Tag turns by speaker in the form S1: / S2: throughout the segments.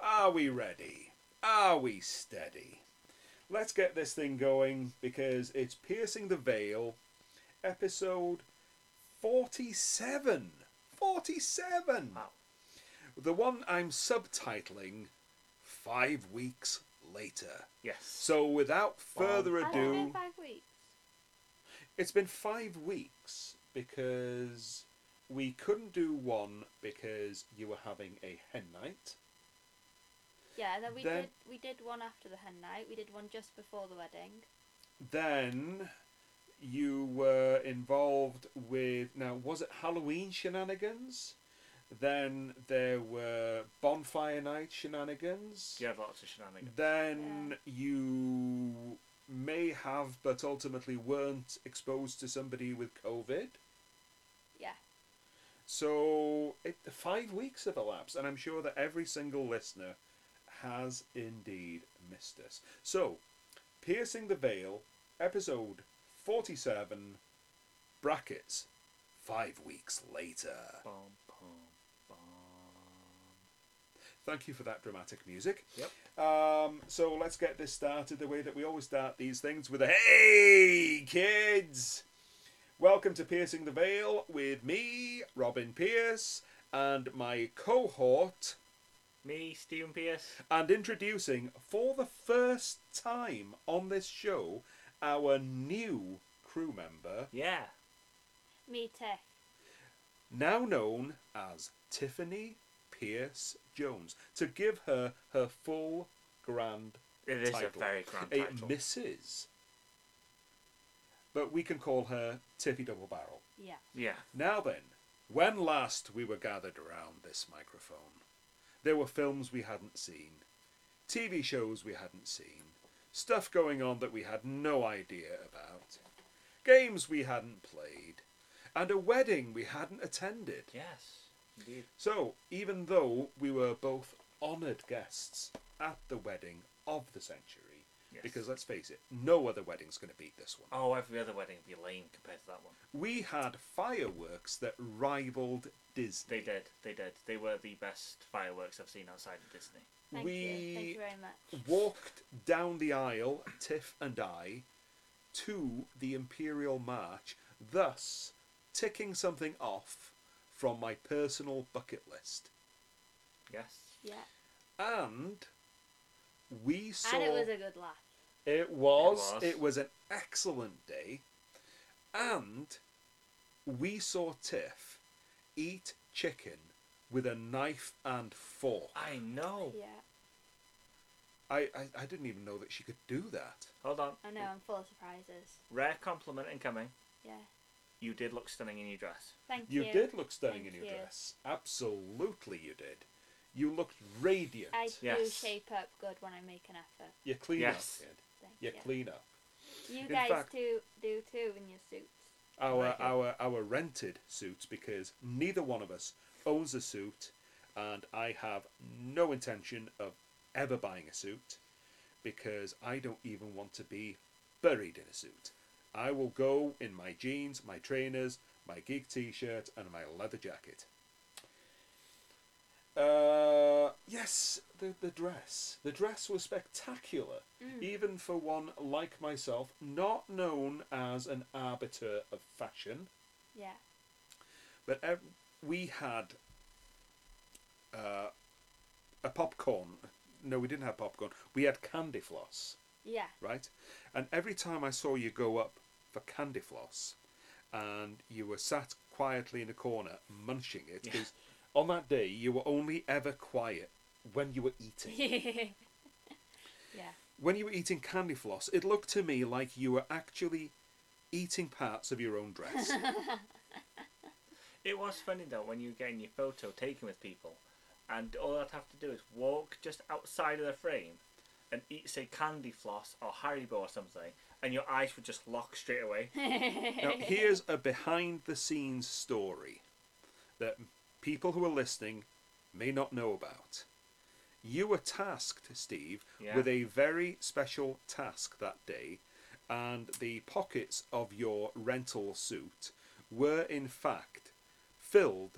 S1: Are we ready? Are we steady? Let's get this thing going because it's Piercing the Veil, episode 47. 47!
S2: Wow.
S1: The one I'm subtitling Five Weeks Later.
S2: Yes.
S1: So without further
S3: I don't know
S1: ado,
S3: five weeks.
S1: it's been five weeks because we couldn't do one because you were having a hen night.
S3: Yeah, then we
S1: Then-
S3: did we did one after the hen night. We did one just before the wedding.
S1: Then you were involved with now was it Halloween shenanigans? Then there were bonfire night shenanigans.
S2: You had lots of shenanigans.
S1: Then you may have, but ultimately weren't exposed to somebody with COVID.
S3: Yeah.
S1: So it, five weeks have elapsed, and I'm sure that every single listener has indeed missed us. So, Piercing the Veil, episode 47, brackets, five weeks later.
S2: Bum, bum, bum.
S1: Thank you for that dramatic music.
S2: Yep.
S1: Um, so let's get this started the way that we always start these things with a hey kids. Welcome to Piercing the Veil with me, Robin Pierce, and my cohort,
S2: Me, Stephen Pierce.
S1: and introducing for the first time on this show our new crew member,
S2: Yeah.
S3: Me too.
S1: now known as Tiffany Pierce Jones, to give her her full grand
S2: It is
S1: title.
S2: a very grand
S1: a
S2: title.
S1: Mrs. But we can call her Tiffy Double Barrel.
S3: Yeah.
S2: yeah.
S1: Now then, when last we were gathered around this microphone, there were films we hadn't seen, TV shows we hadn't seen, stuff going on that we had no idea about, games we hadn't played, and a wedding we hadn't attended.
S2: Yes. Indeed.
S1: So, even though we were both honoured guests at the wedding of the century,
S2: Yes.
S1: because let's face it, no other wedding's going to beat this one.
S2: Oh, every other wedding would be lame compared to that one.
S1: We had fireworks that rivaled Disney.
S2: They did. They did. They were the best fireworks I've seen outside of Disney.
S3: Thank you. Thank
S1: we
S3: you very much.
S1: walked down the aisle, Tiff and I, to the Imperial March, thus ticking something off from my personal bucket list.
S2: Yes.
S3: Yeah.
S1: And we saw.
S3: and it was a good laugh.
S1: It was.
S2: was.
S1: It was an excellent day. And we saw Tiff eat chicken with a knife and fork.
S2: I
S1: Oh.
S2: know.
S3: Yeah.
S1: I, I, I didn't even know that she could do that.
S2: Hold on.
S3: I know. I'm full of surprises.
S2: Rare compliment incoming.
S3: Yeah.
S2: You did look stunning in your dress.
S3: Thank you.
S1: You did look stunning
S3: Thank
S1: in your
S3: you.
S1: dress. Absolutely, you did. You looked radiant.
S3: I do
S2: Yes.
S3: shape up good when I make an effort.
S1: You're clean
S2: Yes.
S1: up, kid.
S3: Thank
S1: You're
S3: you.
S1: clean up.
S3: You
S1: In
S3: guys
S1: fact-
S3: do do too in your suits.
S1: Our
S2: like it.
S1: our our rented suits because neither one of us owns a suit, and I have no intention of ever buying a suit because I don't even want to be buried in a suit. I will go in my jeans, my trainers, my geek t-shirt, and my leather jacket. Uh, yes, the, the dress. The dress was spectacular, even for one like myself, not known as an arbiter of fashion.
S3: Yeah.
S1: But ev- we had uh, a popcorn. No, we didn't have popcorn. We had candy floss,
S3: Yeah.
S1: right? And every time I saw you go up for candy floss, and you were sat quietly in a corner munching it,
S2: Yeah.
S1: because on that day you were only ever quiet when you were eating.
S3: yeah.
S1: when you were eating candy floss, it looked to me like you were actually eating parts of your own dress.
S2: It was funny though when you were getting your photo taken with people, and all I'd have to do is walk just outside of the frame, and eat say candy floss or Haribo or something, and your eyes would just lock straight away.
S1: now, here's a behind the scenes story that people who are listening may not know about. You were tasked, Steve,
S2: Yeah.
S1: with a very special task that day, and the pockets of your rental suit were in fact filled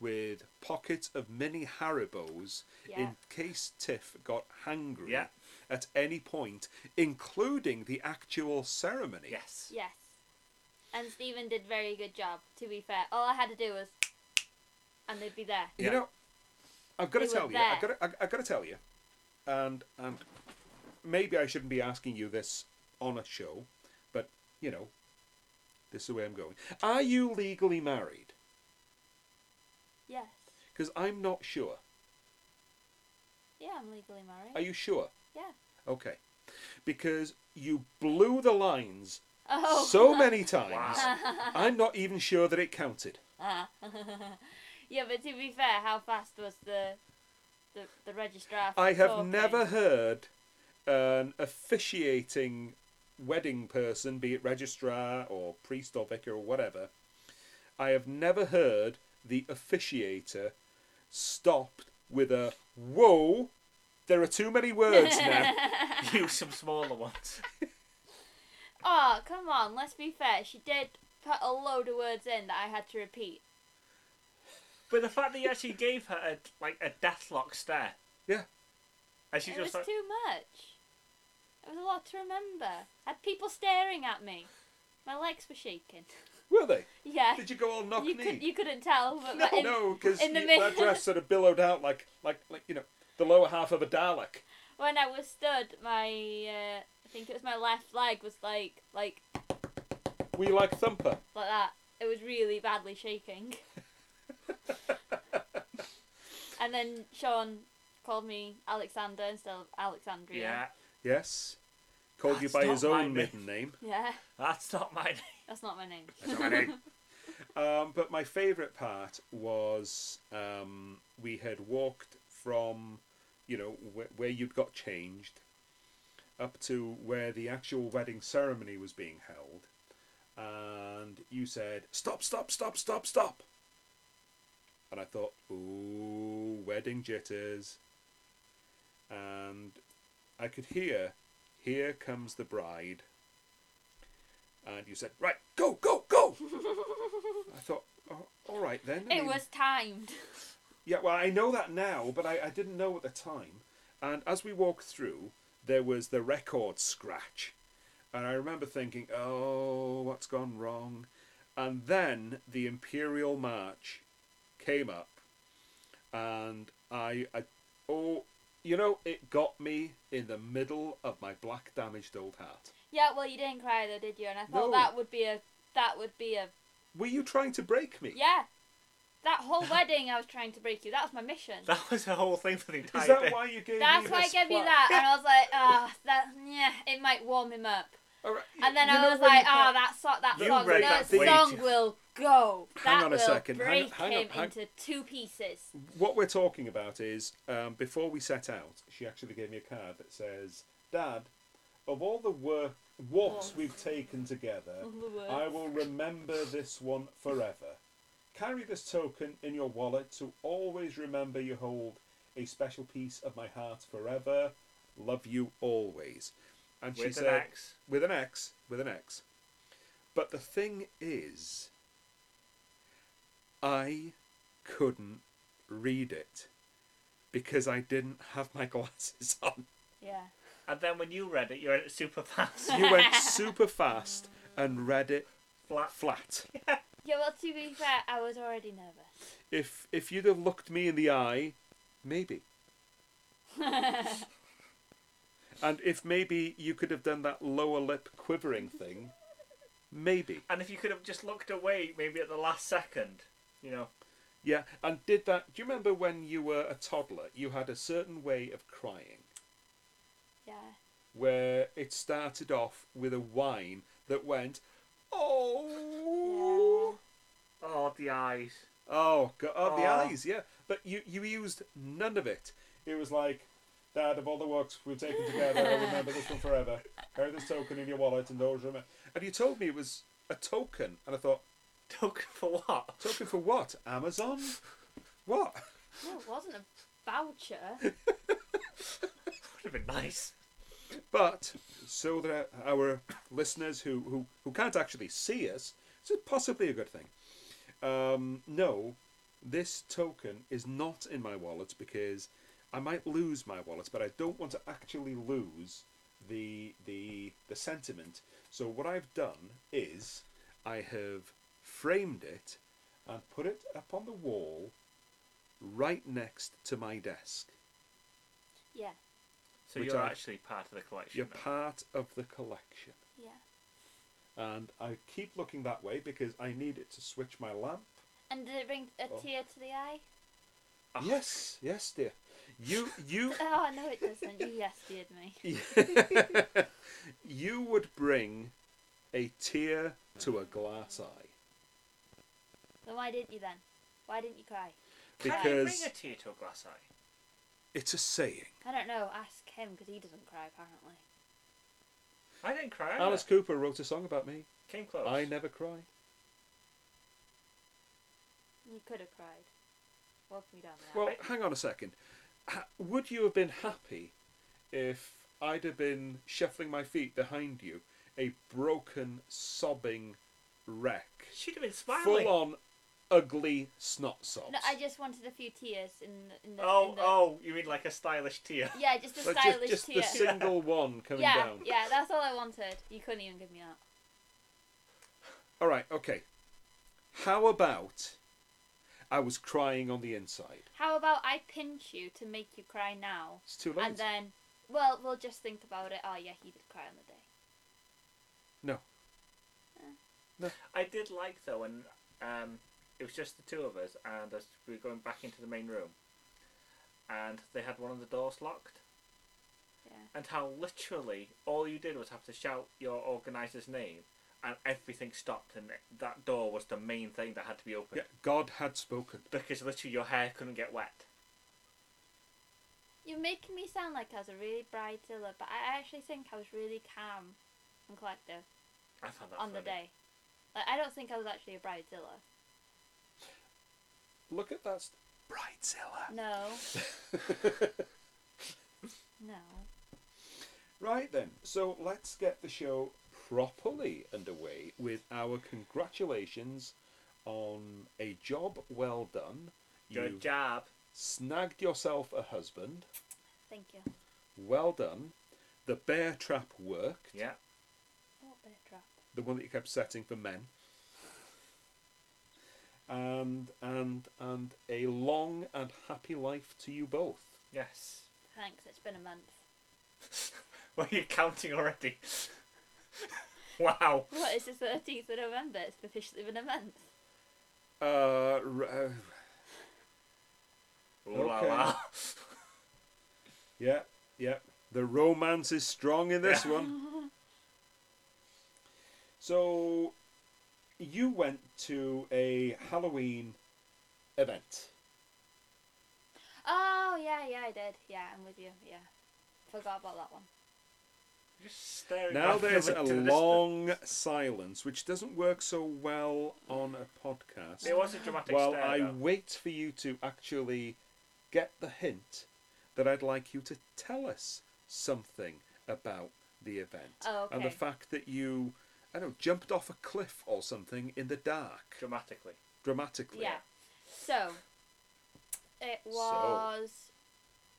S1: with pockets of mini Haribos
S3: Yeah.
S1: in case Tiff got hangry
S2: Yeah.
S1: at any point, including the actual ceremony.
S2: Yes.
S3: Yes. And Stephen did very good job, to be fair. All I had to do was and they'd be there.
S1: You
S2: Yeah.
S1: know, I've got to
S3: They were
S1: tell you, I've got
S3: there.
S1: to, I've got to tell you, and and maybe I shouldn't be asking you this on a show, but you know, this is the way I'm going. Are you legally married?
S3: Yes.
S1: Because I'm not sure.
S3: Yeah, I'm legally married.
S1: Are you sure?
S3: Yeah.
S1: Okay, because you blew the lines
S3: Oh.
S1: so many times.
S2: Wow.
S1: I'm not even sure that it counted.
S3: Ah. yeah, but to be fair, how fast was the the, the registrar?
S1: I have
S3: talking?
S1: never heard an officiating wedding person, be it registrar or priest or vicar or whatever, I have never heard the officiator stopped with a whoa. There are too many words now.
S2: Use some smaller ones.
S3: Oh, come on, let's be fair. She did put a load of words in that I had to repeat.
S2: But the fact that you actually gave her a, like a deathlock stare,
S1: Yeah,
S2: and she
S3: it was
S2: just like,
S3: too much. It was a lot to remember. I had people staring at me. My legs were shaking.
S1: were they?
S3: Yeah.
S1: Did you go all knock
S3: You,
S1: knee?
S3: could, you couldn't tell. But
S1: no,
S3: but in-
S1: no, because
S3: in the
S1: that
S3: middle-
S1: dress sort of billowed out like, like, like you know, the lower half of a Dalek.
S3: when I was stood, my uh, I think it was my left leg was like like
S1: We like Thumper.
S3: like that. It was really badly shaking. and then Sean called me Alexander instead of Alexandria.
S2: yeah,
S1: Yes. Called you
S2: That's
S1: by
S2: not
S1: his
S2: my
S1: own
S2: name.
S1: maiden name.
S3: Yeah,
S2: that's not my name.
S3: that's not my name.
S2: That's not my name.
S1: Um, but my favourite part was um, we had walked from, you know, wh- where you'd got changed up to where the actual wedding ceremony was being held. And you said, stop, stop, stop, stop, stop. And I thought, ooh, wedding jitters. And I could hear, here comes the bride. And you said, right, go, go, go. I thought, oh, all right then. I
S3: It
S1: mean-
S3: was timed.
S1: Yeah, well, I know that now, but I, I didn't know at the time. And as we walked through, there was the record scratch. And I remember thinking, oh, what's gone wrong? And then the Imperial March came up. And I, I oh, you know, it got me in the middle of my black damaged old heart.
S3: Yeah, well, you didn't cry though, did you? And I
S1: No.
S3: thought that would be a that would be a
S1: Were you trying to break me?
S3: yeah. That whole wedding, I was trying to break you. That was my mission.
S2: That was the whole thing for the entire
S1: Is that
S2: thing.
S1: why you gave me
S3: That's why I
S1: this
S3: gave you
S1: plaque?
S3: that, and I was like, ah, that yeah, it might warm him up.
S1: All right,
S3: And then
S1: you know
S3: I was
S1: when you
S3: like, ah,
S1: can't-
S3: that song, that
S2: You
S3: song,
S2: read
S3: that
S2: that way
S3: song
S2: too-
S3: will go. That
S1: Hang on a
S3: will
S1: second, hang on-
S3: break
S1: hang on,
S3: him
S1: hang-
S3: into two pieces.
S1: what we're talking about is um, before we set out, she actually gave me a card that says, "Dad, of all the work walks we've taken together,
S3: All the walks.
S1: I will remember this one forever. Carry this token in your wallet to always remember you hold a special piece of my heart forever. Love you always." And she
S2: With an
S1: said,
S2: axe.
S1: "With an X, with an X." But the thing is, I couldn't read it because I didn't have my glasses on.
S3: Yeah.
S2: And then when you read it, you read it super fast.
S1: You went super fast and read it
S2: Flat.
S1: flat.
S3: Yeah, well, to be fair, I was already nervous.
S1: If if you'd have looked me in the eye, maybe. and if maybe you could have done that lower lip quivering thing, maybe.
S2: And if you could have just looked away, maybe at the last second, you know.
S1: Yeah, and did that. Do you remember when you were a toddler? You had a certain way of crying
S3: Yeah.
S1: where it started off with a whine that went, oh,
S2: Oh, the eyes.
S1: oh, God, oh, the
S2: Aw.
S1: eyes, yeah. But you you used none of it. It was like, Dad, of all the works we've taken together, I remember this one forever. Carry this token in your wallet and always remember. And you told me it was a token, and I thought,
S2: Took for what?
S1: token for what? Amazon? What?
S3: No, it wasn't a voucher.
S2: Would have been nice.
S1: But so that our listeners who, who, who can't actually see us, it's possibly a good thing, um, know this token is not in my wallet because I might lose my wallet, but I don't want to actually lose the the the sentiment. So what I've done is I have framed it and put it up on the wall right next to my desk.
S3: Yeah,
S2: So
S1: Which
S2: you're
S1: I-
S2: actually part of the collection.
S1: You're
S2: then.
S1: part of the collection.
S3: yeah.
S1: And I keep looking that way because I need it to switch my lamp.
S3: And did it bring a
S1: Oh.
S3: tear to the eye?
S2: Ah.
S1: Yes, yes, dear. You you
S3: Oh no, it doesn't. you yes, did me.
S1: you would bring a tear to a glass eye.
S3: Then why didn't you then? Why didn't you cry?
S2: Can you
S1: because-
S2: bring a tear to a glass eye?
S1: It's a saying.
S3: I don't know. Ask him because he doesn't cry apparently.
S2: I didn't cry. either.
S1: Alice Cooper wrote a song about me.
S2: came close.
S1: I never cry.
S3: You could have cried. Walk me down the
S1: Well,
S3: alley.
S2: Right.
S1: hang on a second. Ha- would you have been happy if I'd have been shuffling my feet behind you, a broken, sobbing wreck,
S2: She'd have been smiling.
S1: full on ugly snot sobs?
S3: No, I just wanted a few tears in the. In the
S2: oh,
S3: in the,
S2: oh, you mean like a stylish tear?
S3: Yeah, just a
S1: Like, ju-
S3: stylish
S1: just,
S3: tear.
S1: the single one coming
S3: yeah,
S1: down.
S3: yeah, that's all I wanted. You couldn't even give me that.
S1: All right, okay. How about I was crying on the inside?
S3: How about I pinch you to make you cry now,
S1: It's too late.
S3: and then, well, we'll just think about it. Oh yeah, he did cry on the day.
S1: no.
S2: I did like though, and um, it was just the two of us, and as we were going back into the main room, and they had one of the doors locked,
S3: Yeah.
S2: and how literally all you did was have to shout your organiser's name, and everything stopped, and that door was the main thing that had to be opened
S1: Yeah, God had spoken.
S2: because literally your hair couldn't get wet.
S3: You're making me sound like I was a really bridezilla, but I actually think I was really calm and collective
S2: I found that
S3: on the
S2: funny.
S3: day. Like I don't think I was actually a bridezilla.
S1: Look at that. St- Bridezilla.
S3: No, no.
S1: Right then, so let's get the show properly underway with our congratulations on a job well done.
S2: Good
S1: you
S2: job.
S1: snagged yourself a husband.
S3: Thank you.
S1: Well done. The bear trap worked.
S2: Yeah.
S3: What bit of drop?
S1: The one that you kept setting for men. And and and a long and happy life to you both.
S2: Yes.
S3: Thanks. It's been a month.
S2: Well, you're counting already. wow.
S3: What is the thirteenth of November? It's officially been a month.
S1: Uh, r- uh,
S2: Ooh la
S1: Okay.
S2: la.
S1: yeah, yeah. The romance is strong in this
S2: Yeah.
S1: one. So, you went to a Halloween event.
S3: Oh yeah, yeah, I did. Yeah, I'm with you. Yeah, forgot about that one.
S2: Just staring
S1: Now
S2: off
S1: there's
S2: into
S1: a
S2: the distance.
S1: long silence, which doesn't work so well on a podcast.
S2: It was a dramatic
S1: While
S2: stare.
S1: I
S2: though.
S1: wait for you to actually get the hint that I'd like you to tell us something about the event
S3: Oh,
S1: and the
S3: okay.
S1: fact that you, I don't know, jumped off a cliff or something in the dark
S2: Dramatically.
S1: dramatically.
S3: Yeah. So it
S1: So.
S3: was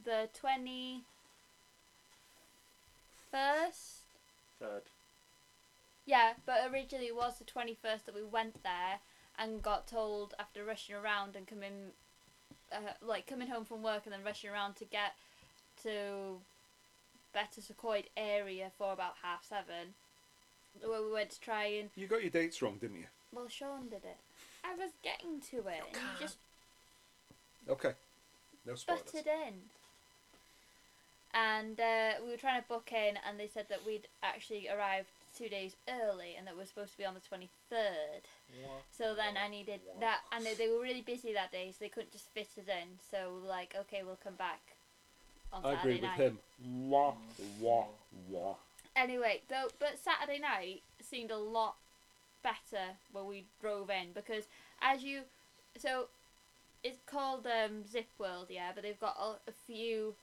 S3: the twenty first.
S2: Third.
S3: Yeah, but originally it was the twenty first that we went there and got told after rushing around and coming, uh, like coming home from work and then rushing around to get to Better Sequoia area for about half seven, where we went to try and
S1: You got your dates wrong, didn't you?
S3: well, Sean did it. I was getting to it, and you just
S1: Okay. No spoilers.
S3: butted in. And uh, we were trying to book in, and they said that we'd actually arrived two days early, and that we're supposed to be on the twenty third. So then I needed that, and they, they were really busy that day, so they couldn't just fit us in. So we were like, okay, we'll come back on
S1: I
S3: Saturday
S1: agree with
S3: night.
S1: him. Wah, wah, wah.
S3: Anyway, though, but Saturday night seemed a lot better when we drove in because as you, so it's called um, Zip World, yeah, but they've got a, a few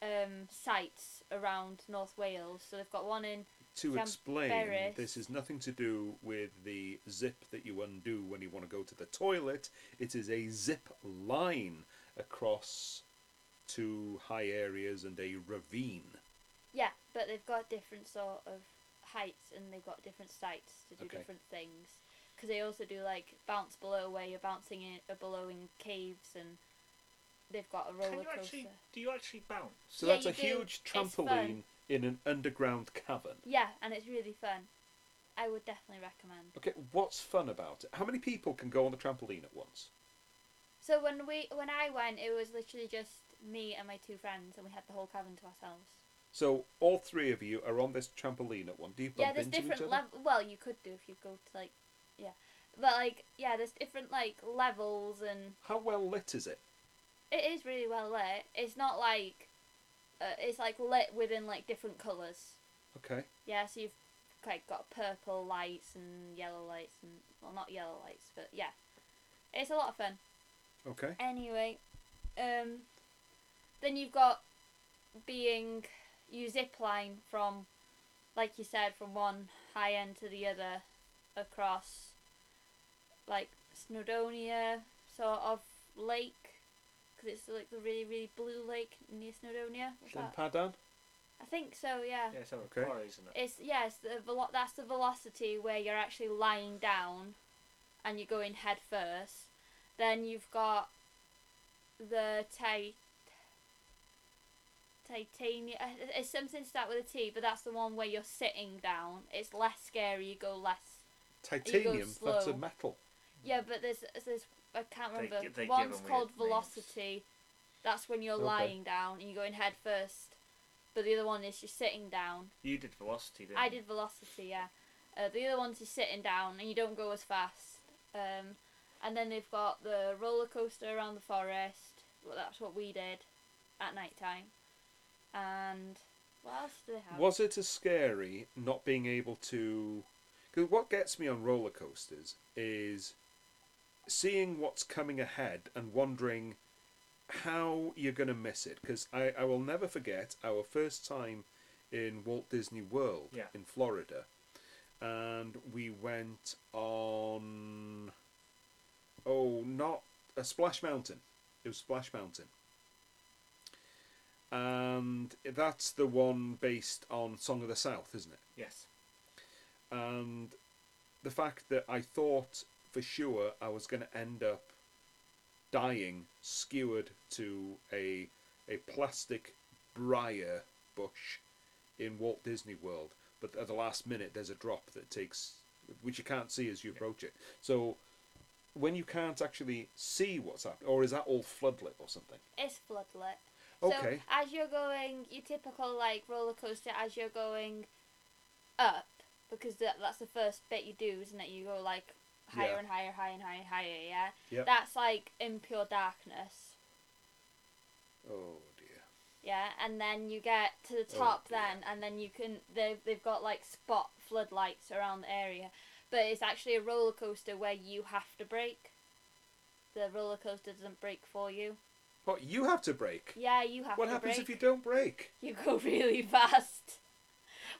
S3: um, sites around North Wales. So they've got one in
S1: to
S3: Some
S1: explain,
S3: berries.
S1: this is nothing to do with the zip that you undo when you want to go to the toilet. It is a zip line across two high areas and a ravine.
S3: Yeah, but they've got different sort of heights and they've got different sites to do
S1: Okay.
S3: different things. Because they also do like bounce below where you're bouncing in, uh, below in caves and they've got a roller
S2: Can you
S3: coaster.
S2: actually? Do you actually bounce?
S1: So
S3: Yeah,
S1: that's
S3: you
S1: a
S3: do.
S1: huge
S3: It's
S1: trampoline
S3: fun.
S1: in an underground cavern.
S3: Yeah, and it's really fun. I would definitely recommend.
S1: Okay, what's fun about it? How many people can go on the trampoline at once?
S3: So when we when I went, it was literally just me and my two friends, and we had the whole cavern to ourselves.
S1: So all three of you are on this trampoline at once. Do you bump
S3: yeah, there's
S1: into each
S3: different
S1: other?
S3: level. Well, you could do if you go to like, yeah, but like yeah, there's different like levels and
S1: How well lit is it?
S3: It is really well lit. It's not like, uh, it's like lit within like different colours.
S1: Okay.
S3: Yeah, so you've like got purple lights and yellow lights and well, not yellow lights, but yeah, it's a lot of fun.
S1: Okay.
S3: Anyway, um, then you've got being you zip line from, like you said, from one high end to the other, across, like Snowdonia sort of lake, because it's like the really really blue lake near Snowdonia. Was that?
S1: Padan?
S3: I think so. Yeah.
S2: Yeah, it's over
S1: Okay.
S2: quarry, isn't it?
S3: It's yes, the velo- that's the velocity where you're actually lying down, and you're going head first. Then you've got the ti- titanium. It's something to start with a T, but that's the one where you're sitting down. It's less scary. You go less.
S1: Titanium. That's a
S3: slow.
S1: metal.
S3: Yeah, but there's there's I can't
S2: They
S3: remember.
S2: gi- they give
S3: One's
S2: 'em
S3: called
S2: weird names.
S3: velocity. That's when you're
S1: Okay.
S3: lying down and you're going head first. But the other one is you're sitting down.
S2: You did velocity, didn't
S3: I
S2: you?
S3: did velocity, yeah. Uh, the other ones you're sitting down and you don't go as fast. Um, and then they've got the roller coaster around the forest. Well, that's what we did at night time. And what else do they have?
S1: Was it as scary not being able to? Because what gets me on roller coasters is seeing what's coming ahead and wondering how you're going to miss it. Because I, I will never forget our first time in Walt Disney World
S2: Yeah.
S1: in Florida, and we went on oh not a Splash Mountain. It was Splash Mountain. And that's the one based on Song of the South, isn't it?
S2: Yes.
S1: and the fact that I thought for sure I was going to end up dying skewered to a a plastic briar bush in Walt Disney World, but at the last minute there's a drop that takes which you can't see as you approach it. So when you can't actually see what's happening, or is that all floodlit or something?
S3: It's floodlit.
S1: Okay.
S3: So as you're going, your typical like roller coaster, as you're going up, because that, that's the first bit you do, isn't it? You go like higher
S1: Yeah.
S3: and higher, higher and higher, and higher. Yeah.
S1: Yep.
S3: That's like in pure darkness.
S1: Oh dear.
S3: Yeah, and then you get to the
S1: Oh,
S3: top
S1: dear.
S3: then, and then you can they've they've got like spot floodlights around the area, but it's actually a roller coaster where you have to brake. The roller coaster doesn't brake for you.
S1: What you have to break.
S3: Yeah, you have
S1: What
S3: to
S1: happens
S3: brake.
S1: if you don't break?
S3: you go really fast.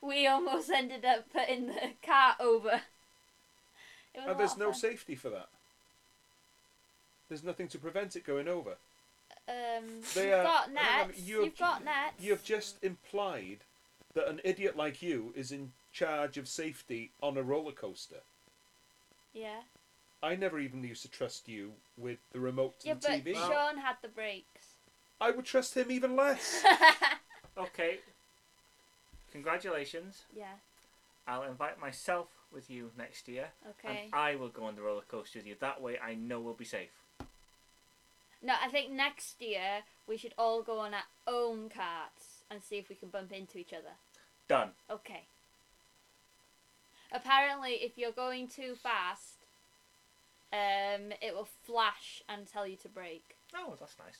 S3: We almost ended up putting the car over. It was a
S1: And there's
S3: lot
S1: no
S3: of fun.
S1: safety for that. There's nothing to prevent it going over.
S3: um,
S1: They
S3: you've
S1: are- hang
S3: got
S1: on,
S3: nets.
S1: you have-
S3: You've, got nets.
S1: You've just implied that an idiot like you is in charge of safety on a roller coaster.
S3: Yeah.
S1: I never even used to trust you with the remote to
S3: Yeah,
S1: the
S3: but
S1: TV.
S2: Well-
S3: Sean had the brakes.
S1: I would trust him even less.
S2: Okay. Congratulations.
S3: yeah.
S2: I'll invite myself with you next year,
S3: Okay.
S2: and I will go on the roller coaster with you. That way, I know we'll be safe.
S3: No, I think next year we should all go on our own carts and see if we can bump into each other.
S2: Done.
S3: Okay. Apparently, if you're going too fast, um, it will flash and tell you to brake.
S2: Oh, that's nice.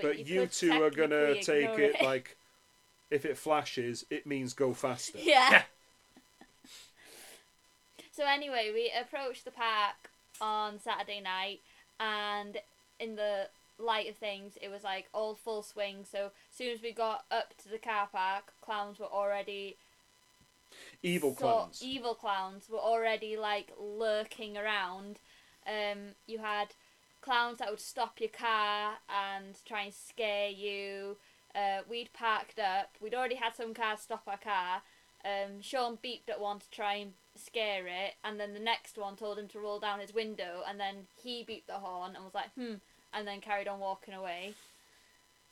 S1: but you
S3: could
S1: two are going to
S3: technically
S1: take
S3: ignore
S1: it like if it flashes, it means go faster.
S3: yeah. so anyway, we approached the park on Saturday night, and in the light of things, it was like all full swing. So as soon as we got up to the car park, clowns were already
S1: Evil clones.
S3: So evil clowns were already like lurking around. Um, you had clowns that would stop your car and try and scare you. Uh, we'd parked up. We'd already had some cars stop our car. Um, Sean beeped at one to try and scare it, and then the next one told him to roll down his window, and then he beeped the horn and was like, "Hmm," and then carried on walking away.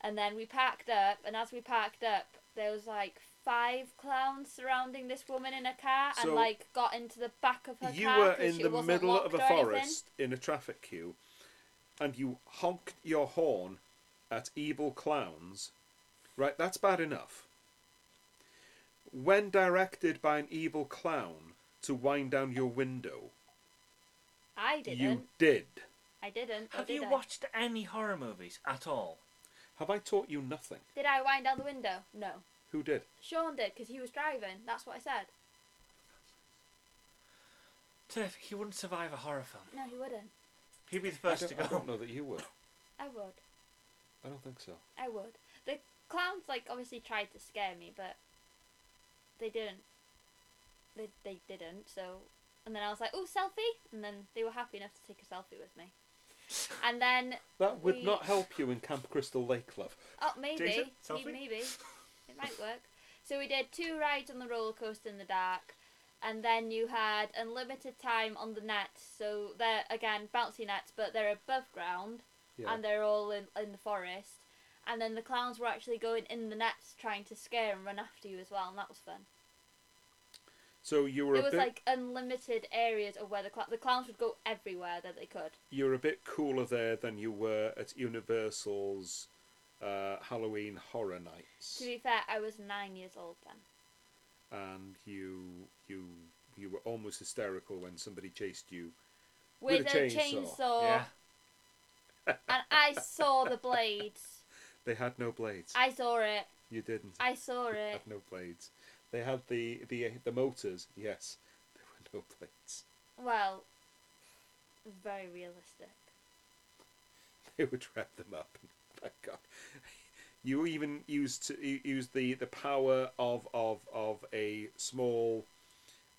S3: And then we packed up, and as we packed up, there was like five clowns surrounding this woman in a car
S1: So-
S3: and like got into the back of her
S1: you
S3: car.
S1: were
S3: 'cause
S1: in
S3: she
S1: the
S3: wasn't
S1: middle of
S3: locked
S1: a
S3: or anything.
S1: forest in a traffic queue and you honked your horn at evil clowns right that's bad enough when directed by an evil clown to wind down your window
S3: I didn't.
S1: you did
S3: I didn't. or
S2: Have
S3: did
S2: you
S3: I?
S2: watched any horror movies at all?
S1: have i taught you nothing
S3: Did I wind down the window? No.
S1: who did
S3: Sean did because he was driving. That's what I said.
S2: Tiff, he wouldn't survive a horror film.
S3: No, he wouldn't.
S2: He'd be the
S1: I
S2: first to
S1: don't, I
S2: go.
S1: don't know that you would
S3: I would.
S1: i don't think so
S3: I would. The clowns like obviously tried to scare me, but they didn't. They they didn't. So, and then I was like, "Oh, selfie!" And then they were happy enough to take a selfie with me. And then,
S1: that would
S3: We-
S1: not help you in camp crystal lake love
S3: oh, maybe,
S2: Jason,
S3: may-
S2: selfie?
S3: maybe it might work. So we did two rides on the roller coaster in the dark, and then you had unlimited time on the nets. So they're again bouncy nets, but they're above ground.
S1: yeah
S3: and they're all in, in the forest. And then the clowns were actually going in the nets trying to scare and run after you as well, and that was fun.
S1: so you were
S3: There
S1: a
S3: was
S1: bit
S3: like unlimited areas of where the cl- the clowns would go everywhere that they could.
S1: you're a bit cooler there than you were at Universal's uh, Halloween Horror Nights,
S3: To be fair, I was nine years old then.
S1: and you you you were almost hysterical when somebody chased you.
S3: With,
S1: With a
S3: a
S1: chainsaw.
S3: chainsaw,
S2: Yeah.
S3: and I saw the blades.
S1: They had no blades.
S3: I saw it.
S1: you didn't.
S3: I saw
S1: They
S3: it.
S1: had no blades. They had the the the motors. Yes, there were no blades.
S3: Well, very realistic.
S1: They would wrap them up. My God. You even used to you used the, the power of of of a small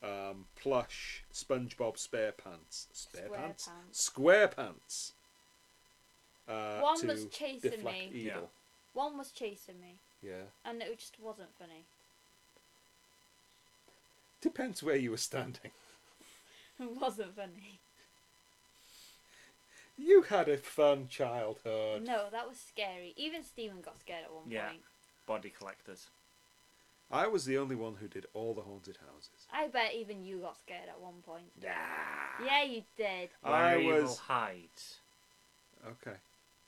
S1: um, plush SpongeBob spare pants, spare
S3: Square
S1: pants,
S3: pants.
S1: square pants. Uh,
S3: One
S1: to
S3: was chasing
S1: deflect
S3: me.
S1: Evil.
S3: One was chasing me,
S1: Yeah.
S3: and it just wasn't funny.
S1: Depends where you were standing.
S3: It wasn't funny.
S1: You had a fun childhood.
S3: No, that was scary. Even Stephen got scared at one
S2: Yeah.
S3: point.
S2: Body collectors.
S1: I was the only one who did all the haunted houses.
S3: I bet even you got scared at one point.
S2: Nah.
S3: Yeah, you did.
S2: Where
S1: I
S2: evil
S1: was-
S2: hides.
S1: Okay.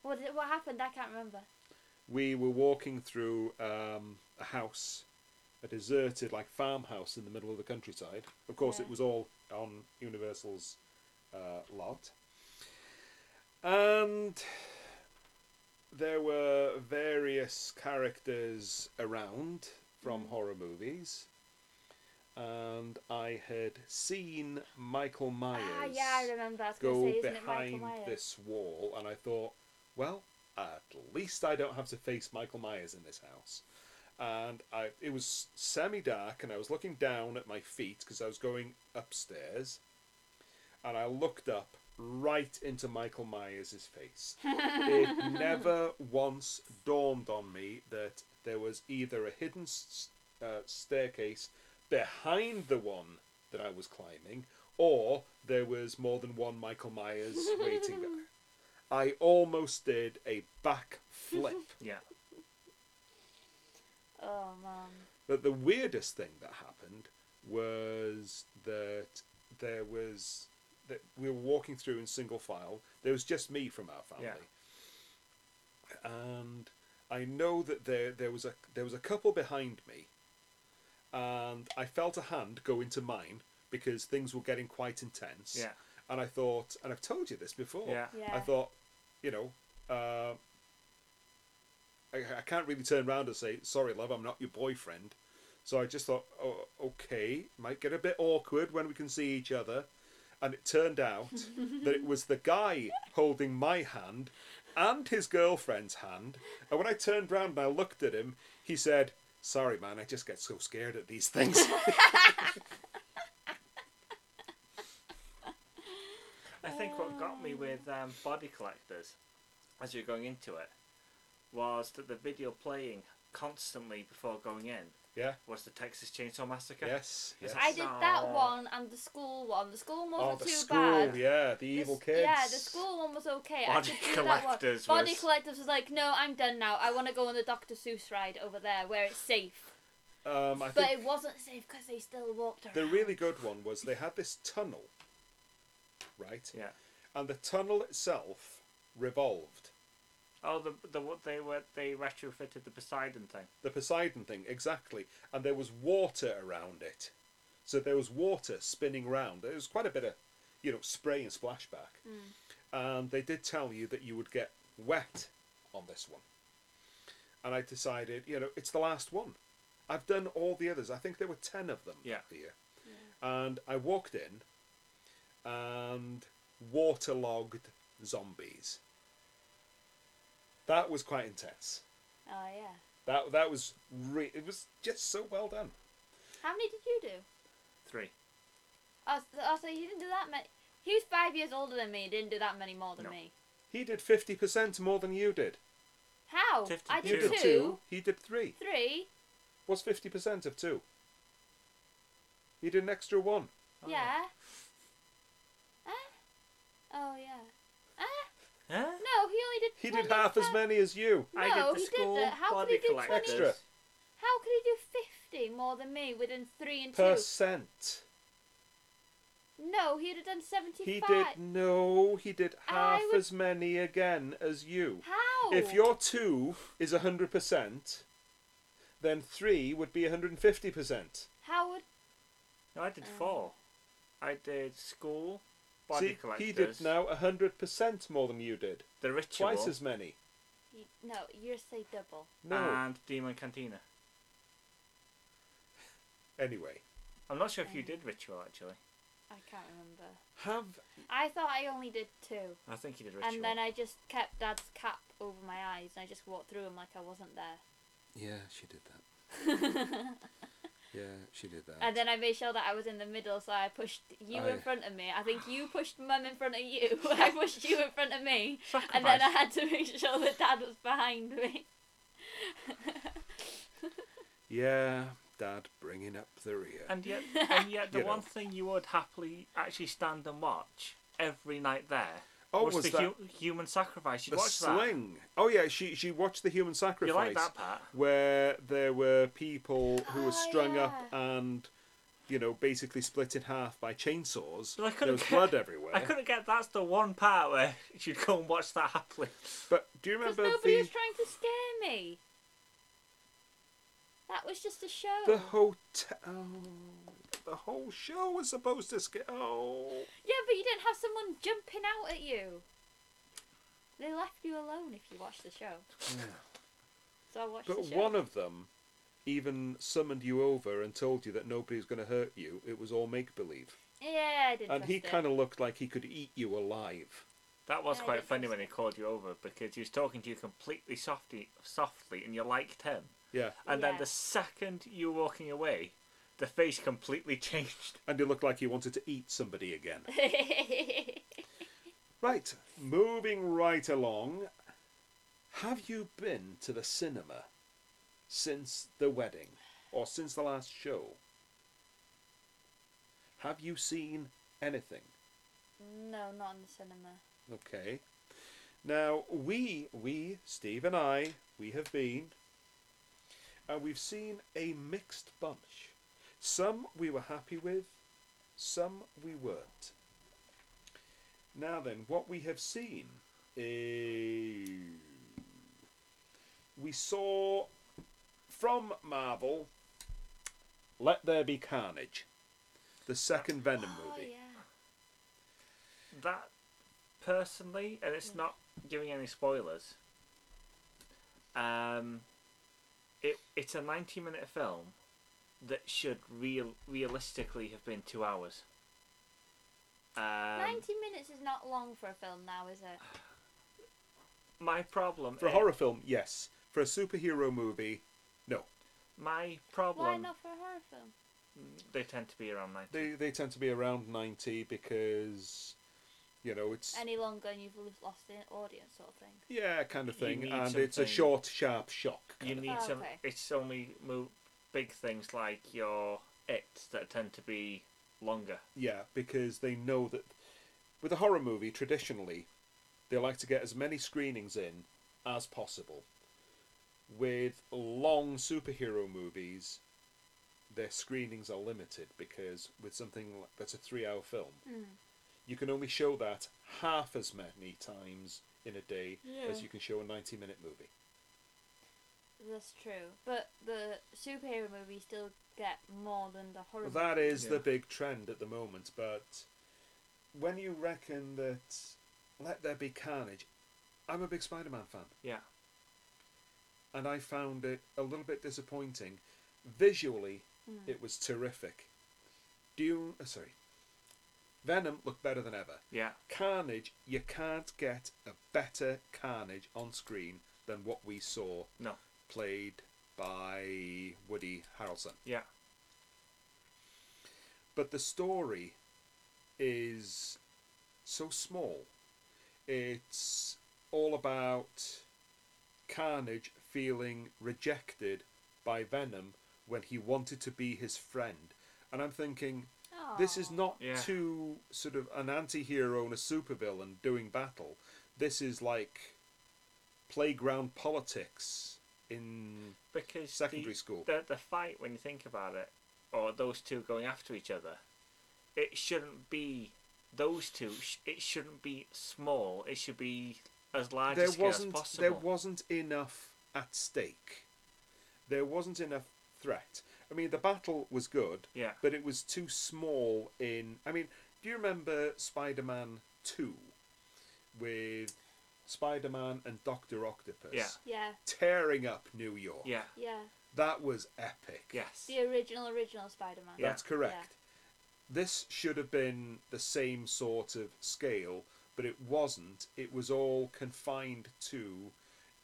S3: What did, what happened? I can't remember.
S1: we were walking through um, a house, a deserted like farmhouse in the middle of the countryside. Of course,
S3: Yeah.
S1: it was all on Universal's uh, lot, and there were various characters around
S3: Mm.
S1: from horror movies. And I had seen Michael Myers
S3: Ah, yeah, I remember. I was going
S1: go
S3: to say, isn't it Michael
S1: behind
S3: Myers?
S1: this wall, and I thought, well, at least I don't have to face Michael Myers in this house. And I, it was semi dark, and I was looking down at my feet because I was going upstairs, and I looked up right into Michael Myers' face. it never once dawned on me that there was either a hidden s- uh, staircase behind the one that I was climbing, or there was more than one Michael Myers waiting there. I almost did a back flip.
S2: Yeah.
S3: Oh man.
S1: But the weirdest thing that happened was that there was that we were walking through in single file. There was just me from our family, and I know that there there was a there was a couple behind me, and I felt a hand go into mine because things were getting quite intense.
S2: Yeah.
S1: and I thought, and I've told you this before.
S2: Yeah.
S3: Yeah.
S1: I thought, you know, uh, I, I can't really turn around and say, sorry, love, I'm not your boyfriend. So I just thought, oh, okay, might get a bit awkward when we can see each other. And it turned out that it was the guy holding my hand and his girlfriend's hand. And when I turned round and I looked at him, he said, Sorry, man, I just get so scared at these things.
S2: I think what got me with um, Body Collectors, as you're going into it, was that the video playing constantly before going in
S1: yeah.
S2: was the Texas Chainsaw Massacre.
S1: Yes.
S2: Is
S1: yes.
S3: I did that
S2: Aw.
S3: one and the school one. The school one
S1: Oh,
S3: wasn't
S1: the
S3: too
S1: school.
S3: bad.
S1: Yeah, the
S3: The
S1: evil
S3: s-
S1: kids.
S3: Yeah, the school one was okay. I
S2: Body
S3: could do
S2: Collectors
S3: that one. Body
S2: was-
S3: Collectors was like, no, I'm done now. I want to go on the Dr. Seuss ride over there where it's safe.
S1: Um, I
S3: But
S1: think
S3: it wasn't safe because they still walked around.
S1: the really good one was they had this tunnel, right?
S2: Yeah.
S1: And the tunnel itself revolved.
S2: Oh, the the what they were they retrofitted the Poseidon thing.
S1: The Poseidon thing, exactly. And there was water around it. So there was water spinning round. There was quite a bit of, you know, spray and splashback. And they did tell you that you would get wet on this one. And I decided, you know, it's the last one. I've done all the others. I think there were 10 of them
S2: Yeah.
S1: here. And I walked in and waterlogged zombies. That was quite intense.
S3: Oh, yeah.
S1: That that was re- it was just so well done.
S3: How many did you do?
S2: Three.
S3: Oh, so, oh, so you didn't do that many. He was five years older than me. He didn't do that many more than
S2: No.
S3: me.
S1: He did fifty percent more than you did.
S3: How? I
S1: You did
S3: did two,
S2: Fifty-two.
S1: two. He did three.
S3: three.
S1: What's fifty percent of two? He did an extra one.
S2: Oh,
S3: yeah.
S2: yeah.
S3: Huh? Oh yeah. Huh?
S1: Oh.
S2: Huh?
S3: No, he only did.
S1: He did
S3: 20
S1: half as
S3: per-
S1: many as you.
S2: I did
S3: No,
S2: the
S3: he did
S2: school
S3: that. How could
S2: body
S3: he do 20?
S2: collectors.
S1: Extra.
S3: How could he do fifty more than me within three and
S1: Percent.
S3: two? No, he'd have done seventy-five.
S1: He did no. He did
S3: I
S1: half
S3: would-
S1: as many again as you.
S3: How?
S1: If your two is hundred percent, then three would be hundred and fifty percent.
S3: How would?
S2: No, I did
S3: Um,
S2: four. I did school, body
S1: See,
S2: collectors.
S1: he did now hundred percent more than you did.
S2: the ritual
S1: Twice as many.
S3: You, no, you say double.
S1: No.
S2: and demon cantina.
S1: Anyway,
S2: I'm not sure if you
S3: Oh.
S2: did ritual actually.
S3: I can't remember.
S1: have
S3: I thought I only did two,
S2: I think you did ritual.
S3: and then I just kept Dad's cap over my eyes, and I just walked through him like I wasn't there.
S1: Yeah, she did that. yeah, she did that.
S3: And then I made sure that I was in the middle, so I pushed you
S1: I-
S3: in front of me. I think you pushed Mum in front of you. I pushed you in front of me,
S2: Sacrifice.
S3: and then I had to make sure that Dad was behind me.
S1: yeah, Dad bringing up the rear.
S2: And yet, and yet, the
S1: You know.
S2: one thing you would happily actually stand and watch every night there
S1: oh,
S2: was,
S1: was
S2: the
S1: that
S2: hu- human sacrifice. You
S1: the
S2: watch that.
S1: sling? Oh yeah, she she watched the human sacrifice.
S2: You like that part?
S1: Where there were people who were
S3: Oh,
S1: strung up
S3: yeah.
S1: and, you know, basically split in half by chainsaws.
S2: Well, I
S1: there
S2: couldn't
S1: was
S2: get-
S1: blood everywhere.
S2: I couldn't get. That's the one part where you'd go and watch that happily.
S1: But do you
S3: Because
S1: remember
S3: nobody
S1: the
S3: was trying to scare me. That was just a show.
S1: the hotel? The whole show was supposed to scare. Oh.
S3: Yeah, but you didn't have someone jumping out at you. They left you alone if you watched the show. So I watched
S1: But
S3: the show.
S1: one of them even summoned you over and told you that nobody was going to hurt you. It was all make believe.
S3: Yeah, I didn't.
S1: And he
S3: trust it.
S1: kind of looked like he could eat you alive.
S2: That was
S3: Yeah, I
S2: quite
S3: didn't
S2: funny
S3: notice
S2: when he
S3: it.
S2: called you over because he was talking to you completely softly, softly, and you liked him.
S1: Yeah.
S2: And then
S3: Yeah.
S2: the second you were walking away, the face completely changed.
S1: And he looked like he wanted to eat somebody again. Right. Moving right along. Have you been to the cinema since the wedding or since the last show? Have you seen anything?
S3: no, not in the cinema.
S1: Okay. Now we we Steve and I we have been and we've seen a mixed bunch. Some we were happy with, some we weren't. Now then, what we have seen is we saw from Marvel Let There Be Carnage, the second Venom
S3: Oh
S1: movie.
S3: yeah.
S2: That, personally, and
S3: Mm.
S2: it's not giving any spoilers. Um, it it's a ninety-minute film that should real realistically have been two hours. Um,
S3: Ninety minutes is not long for a film now, is it?
S2: my problem
S1: For a
S2: is-
S1: horror film, yes. For a superhero movie, no.
S2: My problem.
S3: Why not for a horror film?
S2: They tend to be around nine.
S1: They they tend to be around ninety because, you know, it's
S3: Any longer and you've lost the audience, sort of thing.
S1: yeah kind of
S2: You
S1: thing,
S2: need
S1: and it's a
S2: something-
S1: short, sharp shock.
S2: You need
S3: Oh,
S2: some.
S3: okay.
S2: It's only mo- big things like your it that tend to be longer.
S1: Yeah, because they know that with a horror movie, traditionally, they like to get as many screenings in as possible. With long superhero movies, their screenings are limited because with something like, that's a three hour film, you can only show that half as many times in a day as
S3: Yeah.
S1: you can show a 90 minute movie.
S3: That's true. But the superhero movies still get more than the horror
S1: Well, that is
S2: Yeah.
S1: the big trend at the moment, but when you reckon that Let There Be Carnage, I'm a big Spider Man fan,
S2: Yeah.
S1: and I found it a little bit disappointing. Visually, it was terrific. Dune, uh, sorry, Venom looked better than ever.
S2: Yeah.
S1: Carnage, you can't get a better Carnage on screen than what we saw
S2: No.
S1: played by Woody Harrelson.
S2: Yeah.
S1: but the story is so small. It's all about Carnage feeling rejected by Venom when he wanted to be his friend. And I'm thinking,
S3: Aw.
S1: this is not
S2: Yeah.
S1: too sort of an anti hero and a supervillain doing battle. This is like playground politics in
S2: Because
S1: Secondary
S2: the,
S1: school.
S2: The the fight when you think about it, or those two going after each other, it shouldn't be those two. Sh- it shouldn't be small. It should be as large a
S1: there
S2: scale
S1: wasn't
S2: as possible.
S1: there wasn't enough at stake. There wasn't enough threat. I mean, the battle was good,
S2: Yeah.
S1: but it was too small. In I mean, do you remember Spider-Man Two with Spider-Man and Doctor Octopus
S2: Yeah.
S3: Yeah,
S1: tearing up New York?
S2: Yeah.
S3: yeah.
S1: that was epic.
S2: Yes.
S3: The original, original Spider-Man.
S2: Yeah.
S1: That's correct. This should have been the same sort of scale, but it wasn't. It was all confined to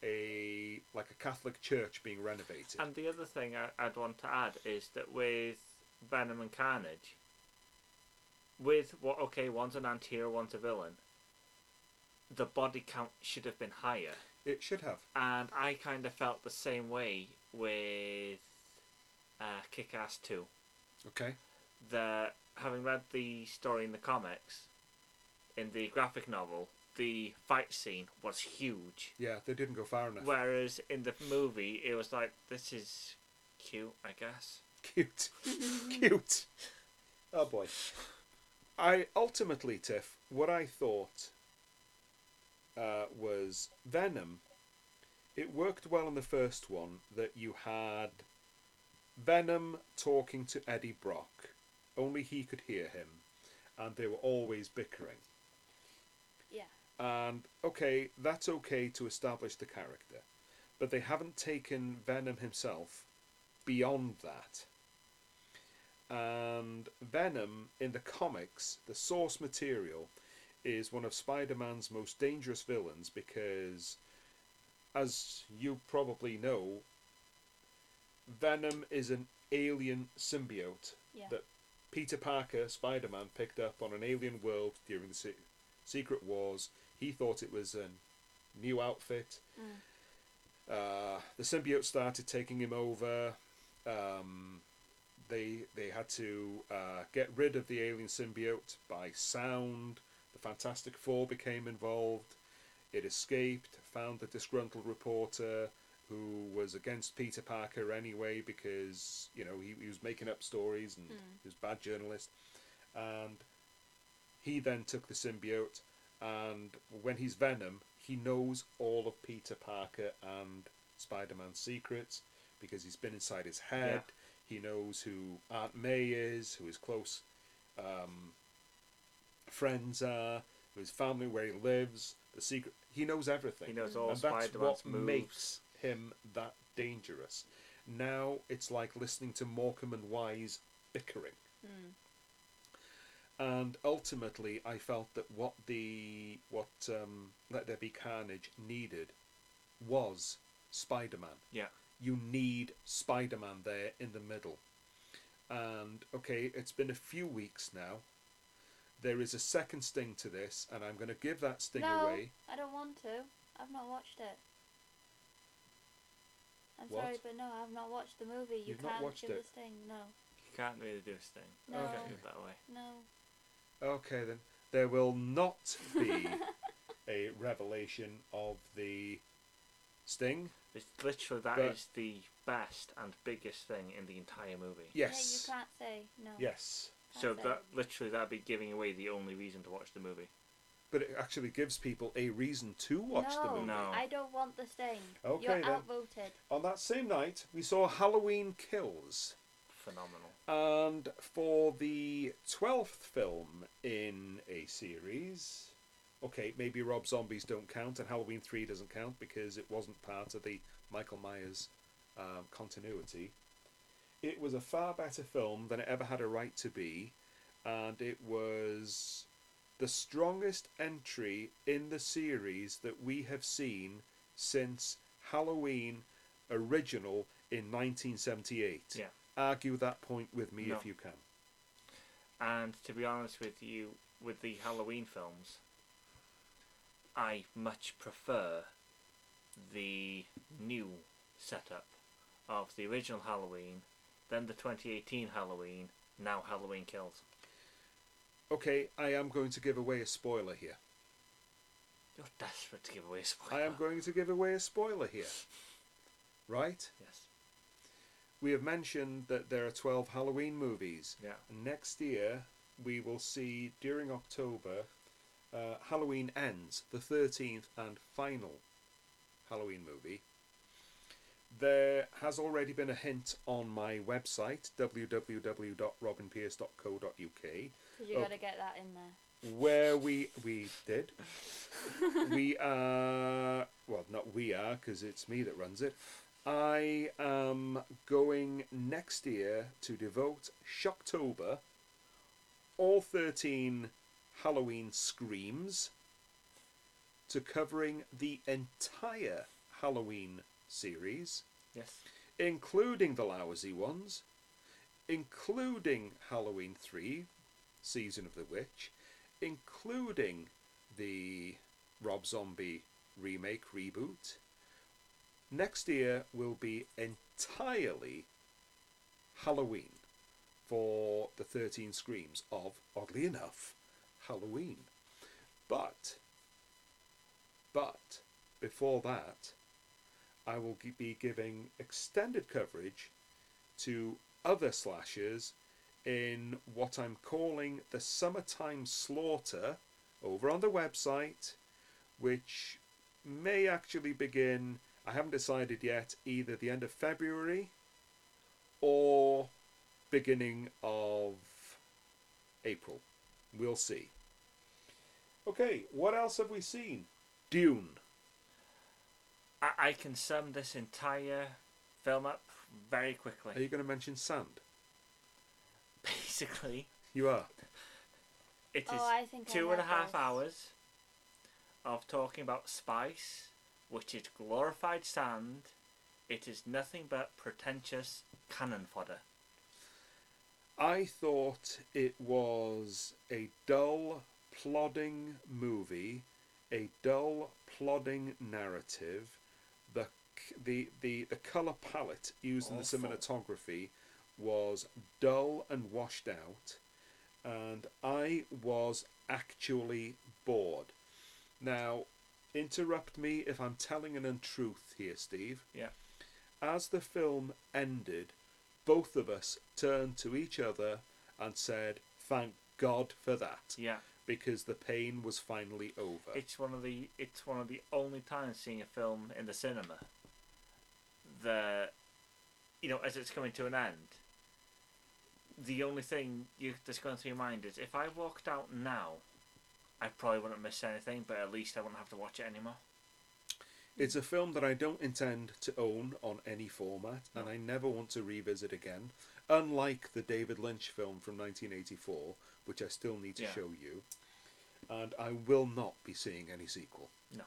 S1: a like a Catholic church being renovated.
S2: And the other thing I, I'd want to add is that with Venom and Carnage, with what okay, one's an anti-hero, one's a villain. The body count should have been higher,
S1: it should have.
S2: and I kind of felt the same way with uh, Kick-Ass Two.
S1: Okay.
S2: That having read the story in the comics, in the graphic novel, the fight scene was huge.
S1: Yeah, they didn't go far enough.
S2: Whereas in the movie, it was like this is cute, I guess.
S1: Cute. Cute. Oh boy. I ultimately, Tiff, what I thought uh, was Venom. It worked well in the first one that you had Venom talking to Eddie Brock. Only he could hear him, and they were always bickering.
S3: Yeah.
S1: And okay, that's okay to establish the character, but they haven't taken Venom himself beyond that. And Venom in the comics, the source material, is one of Spider Man's most dangerous villains because, as you probably know, Venom is an alien symbiote
S3: Yeah.
S1: that Peter Parker, Spider Man, picked up on an alien world during the se- Secret Wars. He thought it was a new outfit. Uh, the symbiote started taking him over. Um, they they had to uh, get rid of the alien symbiote by sound. The Fantastic Four became involved. It escaped, found the disgruntled reporter who was against Peter Parker anyway because you know he, he was making up stories and he was a bad journalist. And he then took the symbiote, and when he's Venom, he knows all of Peter Parker and Spider Man's secrets because he's been inside his head. He knows who Aunt May is, who his close um, friends are, who his family, where he lives, the secret. He knows everything.
S2: He knows all
S1: and that's
S2: Spider-Man's
S1: what
S2: moves.
S1: makes him that dangerous. Now it's like listening to Morecambe and Wise bickering and ultimately I felt that what the what um, Let There Be Carnage needed was Spider Man.
S2: Yeah.
S1: you need Spider Man there in the middle. And okay, it's been a few weeks now. There is a second sting to this, and I'm going to give that sting
S3: no,
S1: away.
S3: I don't want to. I've not watched it. I'm
S1: What?
S3: sorry, but no, I've not watched the movie. You
S1: You've not
S3: can't
S1: watched
S3: give
S1: it?
S3: this thing. No,
S2: You can't really do this thing.
S3: No.
S2: Okay, put it that way.
S3: no.
S1: Okay, then. There will not be a revelation of the sting.
S2: It's literally that is
S1: But-
S2: the best and biggest thing in the entire movie.
S1: Yes.
S3: Yeah, you can't say no.
S1: Yes.
S2: So
S3: That's it.
S2: that literally that'd be giving away the only reason to watch the movie.
S1: But it actually gives people a reason to watch
S3: no,
S1: the movie.
S2: No.
S3: I don't want the sting.
S1: Okay,
S3: You're
S1: then.
S3: outvoted.
S1: On that same night, we saw Halloween Kills.
S2: Phenomenal.
S1: And for the 12th film in a series, okay, maybe Rob Zombies don't count and Halloween 3 doesn't count because it wasn't part of the Michael Myers um, continuity. It was a far better film than it ever had a right to be, and it was the strongest entry in the series that we have seen since Halloween original in 1978
S2: Yeah.
S1: argue that point with me
S2: No.
S1: if you can.
S2: And to be honest with you, with the Halloween films, I much prefer the new setup of the original Halloween, then the 2018 Halloween, now Halloween Kills.
S1: Okay, I am going to give away a spoiler here.
S2: You're desperate to give away a spoiler.
S1: I am going to give away a spoiler here. Right?
S2: Yes.
S1: We have mentioned that there are 12 Halloween movies.
S2: Yeah.
S1: Next year, we will see during October uh, Halloween Ends, the 13th and final Halloween movie. There has already been a hint on my website, www.robinpierce.co.uk,
S3: Because you
S1: Oh.
S3: got to get that in there.
S1: where we we did we are well not we are because it's me that runs it i am going next year to devote shocktober all 13 halloween screams to covering the entire halloween series
S2: Yes.
S1: including the lousy ones, including Halloween 3, Season of the Witch, including the Rob Zombie remake reboot. Next year will be entirely Halloween for the 13 Screams of, oddly enough, Halloween. But, but, before that, I will gi- be giving extended coverage to other slashers in what I'm calling the Summertime Slaughter over on the website, which may actually begin, I haven't decided yet, either the end of February or beginning of April. We'll see. Okay, what else have we seen? Dune.
S2: I, I can sum this entire film up very quickly.
S1: Are you going to mention sand?
S2: Basically,
S1: You are.
S2: it is
S3: Oh, I think I
S2: two and a
S3: know
S2: half
S3: this.
S2: hours of talking about spice, which is glorified sand. It is nothing but pretentious cannon fodder.
S1: I thought it was a dull, plodding movie, a dull, plodding narrative. The c- the the, the color palette used
S2: Awful.
S1: in the cinematography was dull and washed out, and I was actually bored. Now, interrupt me if I'm telling an untruth here, Steve.
S2: Yeah.
S1: As the film ended, both of us turned to each other and said, Thank God for that,
S2: Yeah.
S1: because the pain was finally over.
S2: It's one of the it's one of the only times seeing a film in the cinema. The you know, as it's coming to an end, the only thing you that's going through your mind is if I walked out now, I probably wouldn't miss anything, but at least I wouldn't have to watch it anymore.
S1: It's a film that I don't intend to own on any format, and I never want to revisit again, unlike the David Lynch film from 1984, which I still need to
S2: Yeah.
S1: show you. And I will not be seeing any sequel.
S2: No.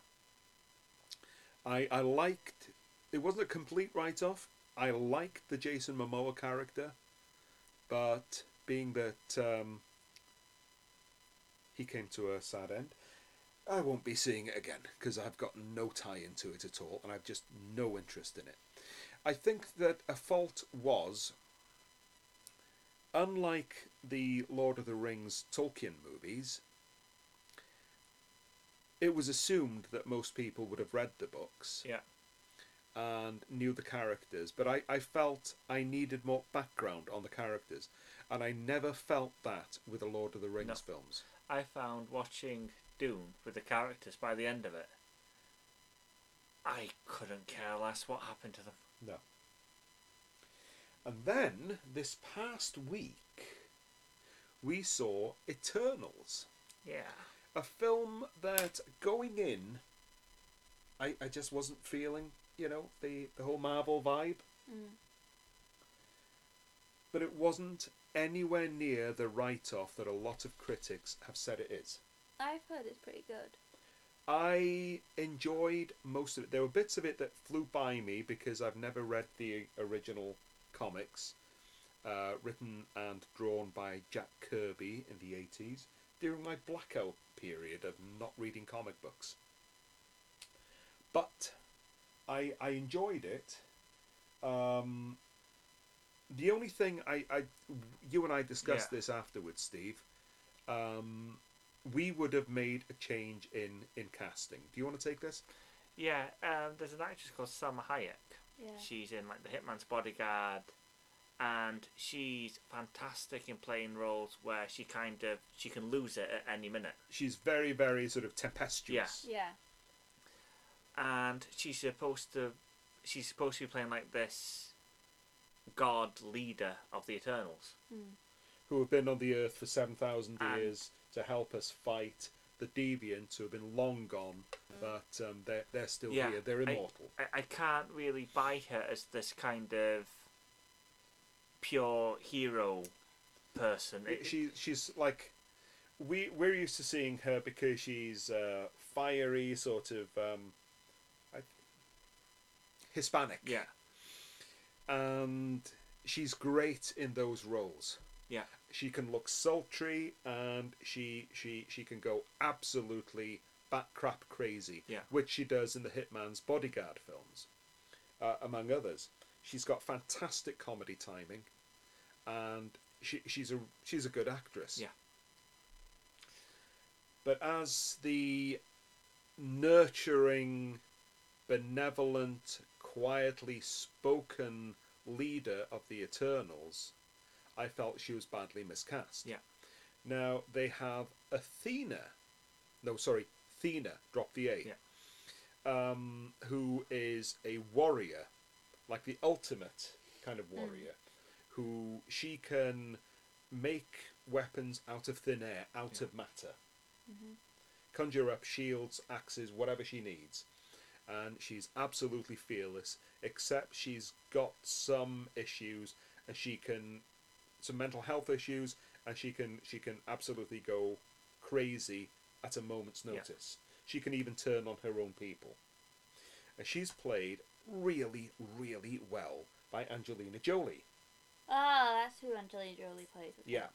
S1: I, I liked it wasn't a complete write off. I liked the Jason Momoa character, but being that um, he came to a sad end, I won't be seeing it again because I've got no tie into it at all, and I've just no interest in it. I think that a fault was, unlike the Lord of the Rings Tolkien movies, it was assumed that most people would have read the books
S2: Yeah.
S1: and knew the characters, but I, I felt I needed more background on the characters, and I never felt that with the Lord of the Rings
S2: No.
S1: films.
S2: I found watching Dune with the characters by the end of it, I couldn't care less what happened to them.
S1: No. And then this past week, we saw Eternals,
S2: Yeah.
S1: a film that going in, I, I just wasn't feeling, you know, the, the whole Marvel vibe.
S3: Mm.
S1: But it wasn't anywhere near the write off that a lot of critics have said it is.
S3: I've heard it's pretty good.
S1: I enjoyed most of it. There were bits of it that flew by me because I've never read the original comics, uh, written and drawn by Jack Kirby in the 80s during my blackout period of not reading comic books. But I, I enjoyed it. Um, the only thing I, I, you and I discussed
S2: Yeah.
S1: this afterwards, Steve. Um, we would have made a change in in casting. Do you want to take this?
S2: Yeah, um, there's an actress called Salma Hayek.
S3: Yeah.
S2: She's in like The Hitman's Bodyguard, and she's fantastic in playing roles where she kind of she can lose it at any minute.
S1: She's very very sort of tempestuous.
S3: Yeah.
S2: and she's supposed to she's supposed to be playing like this god leader of the Eternals.
S1: Who have been on the earth for seven thousand
S2: And-
S1: years to help us fight the deviants who have been long gone, but um, they're they're still
S2: Yeah,
S1: here. They're
S2: I-
S1: immortal.
S2: I, I can't really buy her as this kind of pure hero person. It-
S1: she she's like we we're used to seeing her because she's uh, fiery, sort of um, I, Hispanic.
S2: yeah,
S1: and she's great in those roles.
S2: yeah,
S1: she can look sultry and she she she can go absolutely bat crap crazy
S2: Yeah.
S1: which she does in the hitman's bodyguard films uh, among others she's got fantastic comedy timing and she, she's a she's a good actress
S2: yeah.
S1: but as the nurturing benevolent quietly spoken leader of the eternals i felt she was badly miscast
S2: Yeah.
S1: now they have Athena. No, sorry, Athena. Drop the A. Um, who is a warrior, like the ultimate kind of warrior, who she can make weapons out of thin air, out of matter,
S3: Mm-hmm.
S1: conjure up shields, axes, whatever she needs, and she's absolutely fearless. Except she's got some issues, and she can some mental health issues, and she can she can absolutely go crazy at a moment's
S2: Yeah.
S1: notice. She can even turn on her own people, and she's played really, really well by Angelina Jolie.
S3: Ah, that's who Angelina Jolie plays. isn't it?
S1: Yeah.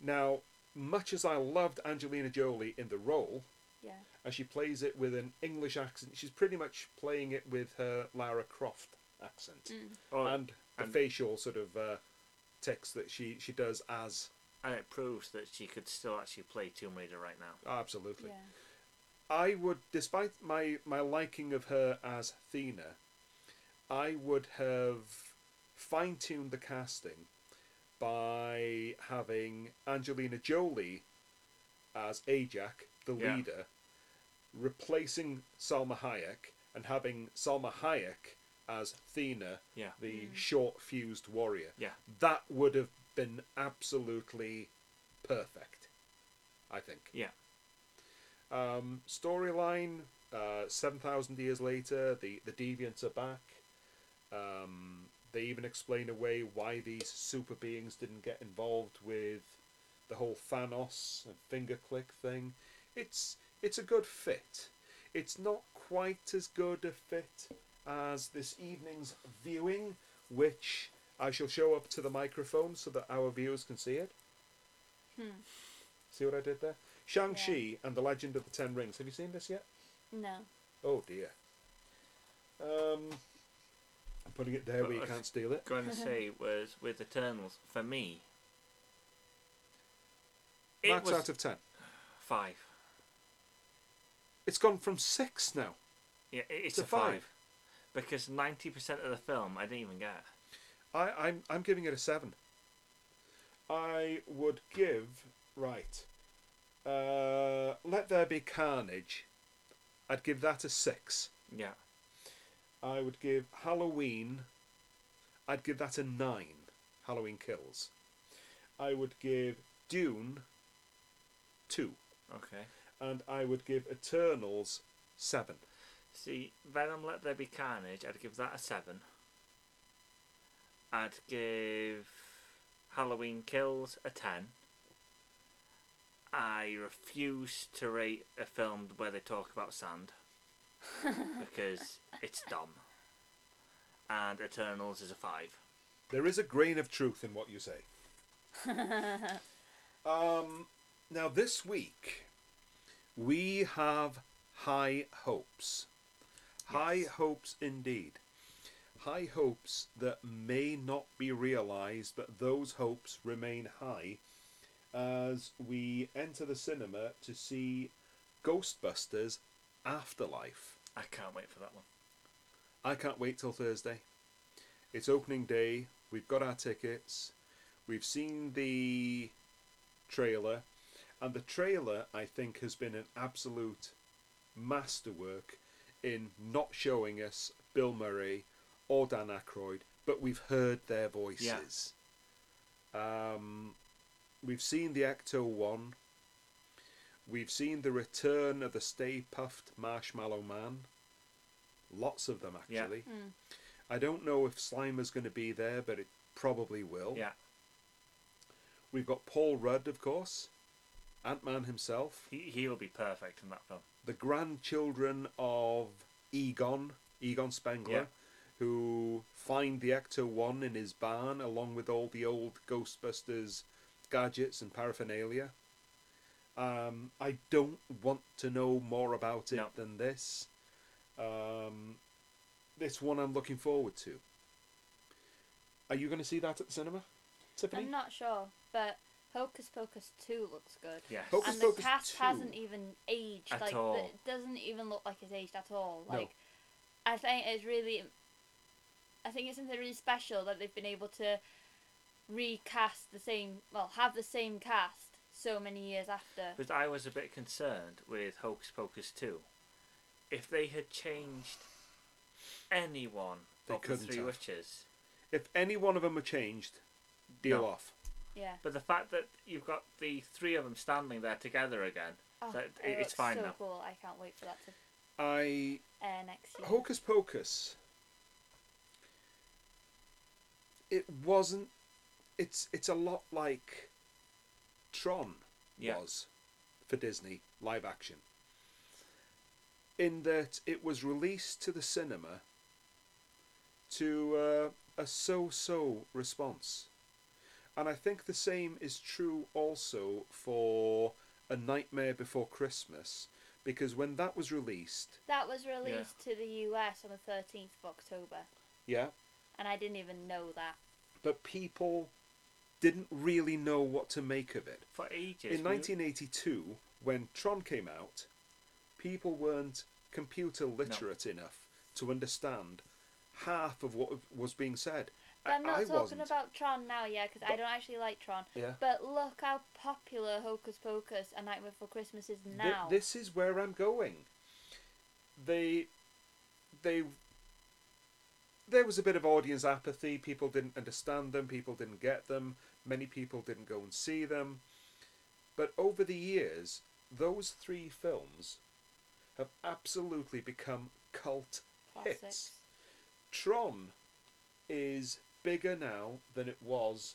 S1: Now, much as I loved Angelina Jolie in the role,
S3: Yeah.
S1: and she plays it with an English accent, she's pretty much playing it with her Lara Croft accent
S2: Oh,
S1: and the
S2: and-
S1: facial sort of uh, ticks that she she does as
S2: and it proves that she could still actually play Tomb Raider right now.
S1: absolutely.
S3: Yeah.
S1: I would, despite my my liking of her as Athena, I would have fine tuned the casting by having Angelina Jolie as Ajak, the
S2: Yeah.
S1: leader, replacing Salma Hayek, and having Salma Hayek as Athena,
S2: Yeah.
S1: the short fused warrior.
S2: Yeah.
S1: That would have been absolutely perfect, I think.
S2: Yeah,
S1: Um, storyline: uh, seven thousand years later, the the deviants are back. Um, they even explain away why these super beings didn't get involved with the whole Thanos and finger click thing. It's it's a good fit. It's not quite as good a fit as this evening's viewing, which I shall show up to the microphone so that our viewers can see it.
S3: Hmm.
S1: See what I did there? Shang-Chi and the Legend of the Ten Rings. Have you seen this yet?
S3: No.
S1: Oh dear. Um, I'm putting it there where
S2: uh,
S1: you can't steal it.
S2: Going to say was with Eternals for me. It
S1: Marks
S2: was
S1: out of ten.
S2: five.
S1: It's gone from six now.
S2: Yeah, it- it's
S1: To
S2: a five.
S1: five.
S2: Because ninety percent of the film I didn't even get.
S1: I, I'm I'm giving it a seven. I would give right. Uh, Let there be carnage. I'd give that a six.
S2: Yeah,
S1: I would give Halloween. I'd give that a nine. Halloween Kills. I would give Dune. Two,
S2: okay.
S1: and I would give Eternals seven.
S2: See, Venom Let There Be Carnage, I'd give that a seven. I'd give Halloween Kills a ten. I refuse to rate a film where they talk about sand because it's dumb. And Eternals is a five.
S1: There is a grain of truth in what you say. um, now, this week, we have high hopes. High hopes indeed. High hopes that may not be realised, but those hopes remain high as we enter the cinema to see Ghostbusters Afterlife.
S2: I can't wait for that one.
S1: I can't wait till Thursday. It's opening day. We've got our tickets. We've seen the trailer. And the trailer, I think, has been an absolute masterwork in not showing us Bill Murray or Dan Aykroyd, but we've heard their voices. Um, we've seen the Ecto 1. We've seen the return of the Stay Puffed Marshmallow Man. Lots of them,
S2: Yeah.
S1: actually. I don't know if Slimer's going to be there, but it probably will.
S2: Yeah,
S1: We've got Paul Rudd, of course, Ant Man himself,
S2: he, he'll be perfect in that film.
S1: the grandchildren of Egon, Egon Spengler,
S2: Yeah.
S1: who find the Ecto 1 in his barn along with all the old Ghostbusters gadgets and paraphernalia. Um, I don't want to know more about it
S2: No.
S1: than this. Um, this one I'm looking forward to. Are you going to see that at the cinema, Tiffany?
S3: I'm not sure, but Hocus Pocus 2 looks good.
S2: Yes.
S1: Hocus
S3: and the
S1: Pocus
S3: cast
S1: 2.
S3: hasn't even aged.
S2: At
S3: like
S2: all.
S3: The, it doesn't even look like it's aged at all.
S1: No.
S3: Like I think it's really I think it's something really special that they've been able to recast the same well, have the same cast so many years after.
S2: But I was a bit concerned with Hocus Pocus 2. If they had changed anyone
S1: They
S2: of the
S1: couldn't
S2: Three
S1: have.
S2: Witches,
S1: If any one of them are changed, deal
S2: No.
S1: off.
S3: Yeah.
S2: but the fact that you've got the three of them standing there together again,
S3: Oh,
S2: that,
S3: it
S2: it's
S3: looks
S2: fine
S3: so
S2: now.
S3: cool. I can't wait for that to
S1: I
S3: air next year.
S1: Hocus Pocus. It wasn't. It's it's a lot like Tron
S2: Yeah.
S1: was for Disney live action. In that it was released to the cinema to uh, a so-so response, and I think the same is true also for A Nightmare Before Christmas, because when that was released,
S3: That was released to the US on the 13th of October,
S1: yeah,
S3: and I didn't even know that.
S1: but people didn't really know what to make of it.
S2: For ages.
S1: In
S2: we-
S1: 1982, when Tron came out, people weren't computer literate enough to understand half of what was being said.
S3: But
S1: I-
S3: I'm not
S1: I
S3: talking
S1: wasn't.
S3: about Tron now, yeah, because I
S1: But-
S3: don't actually like Tron.
S1: Yeah.
S3: But look how popular Hocus Pocus and Nightmare Before Christmas is
S1: Th-
S3: now.
S1: this is where I'm going. They, they, there was a bit of audience apathy. People didn't understand them. People didn't get them. Many people didn't go and see them. But over the years, those three films have absolutely become cult
S3: Classics.
S1: hits. Tron is bigger now than it was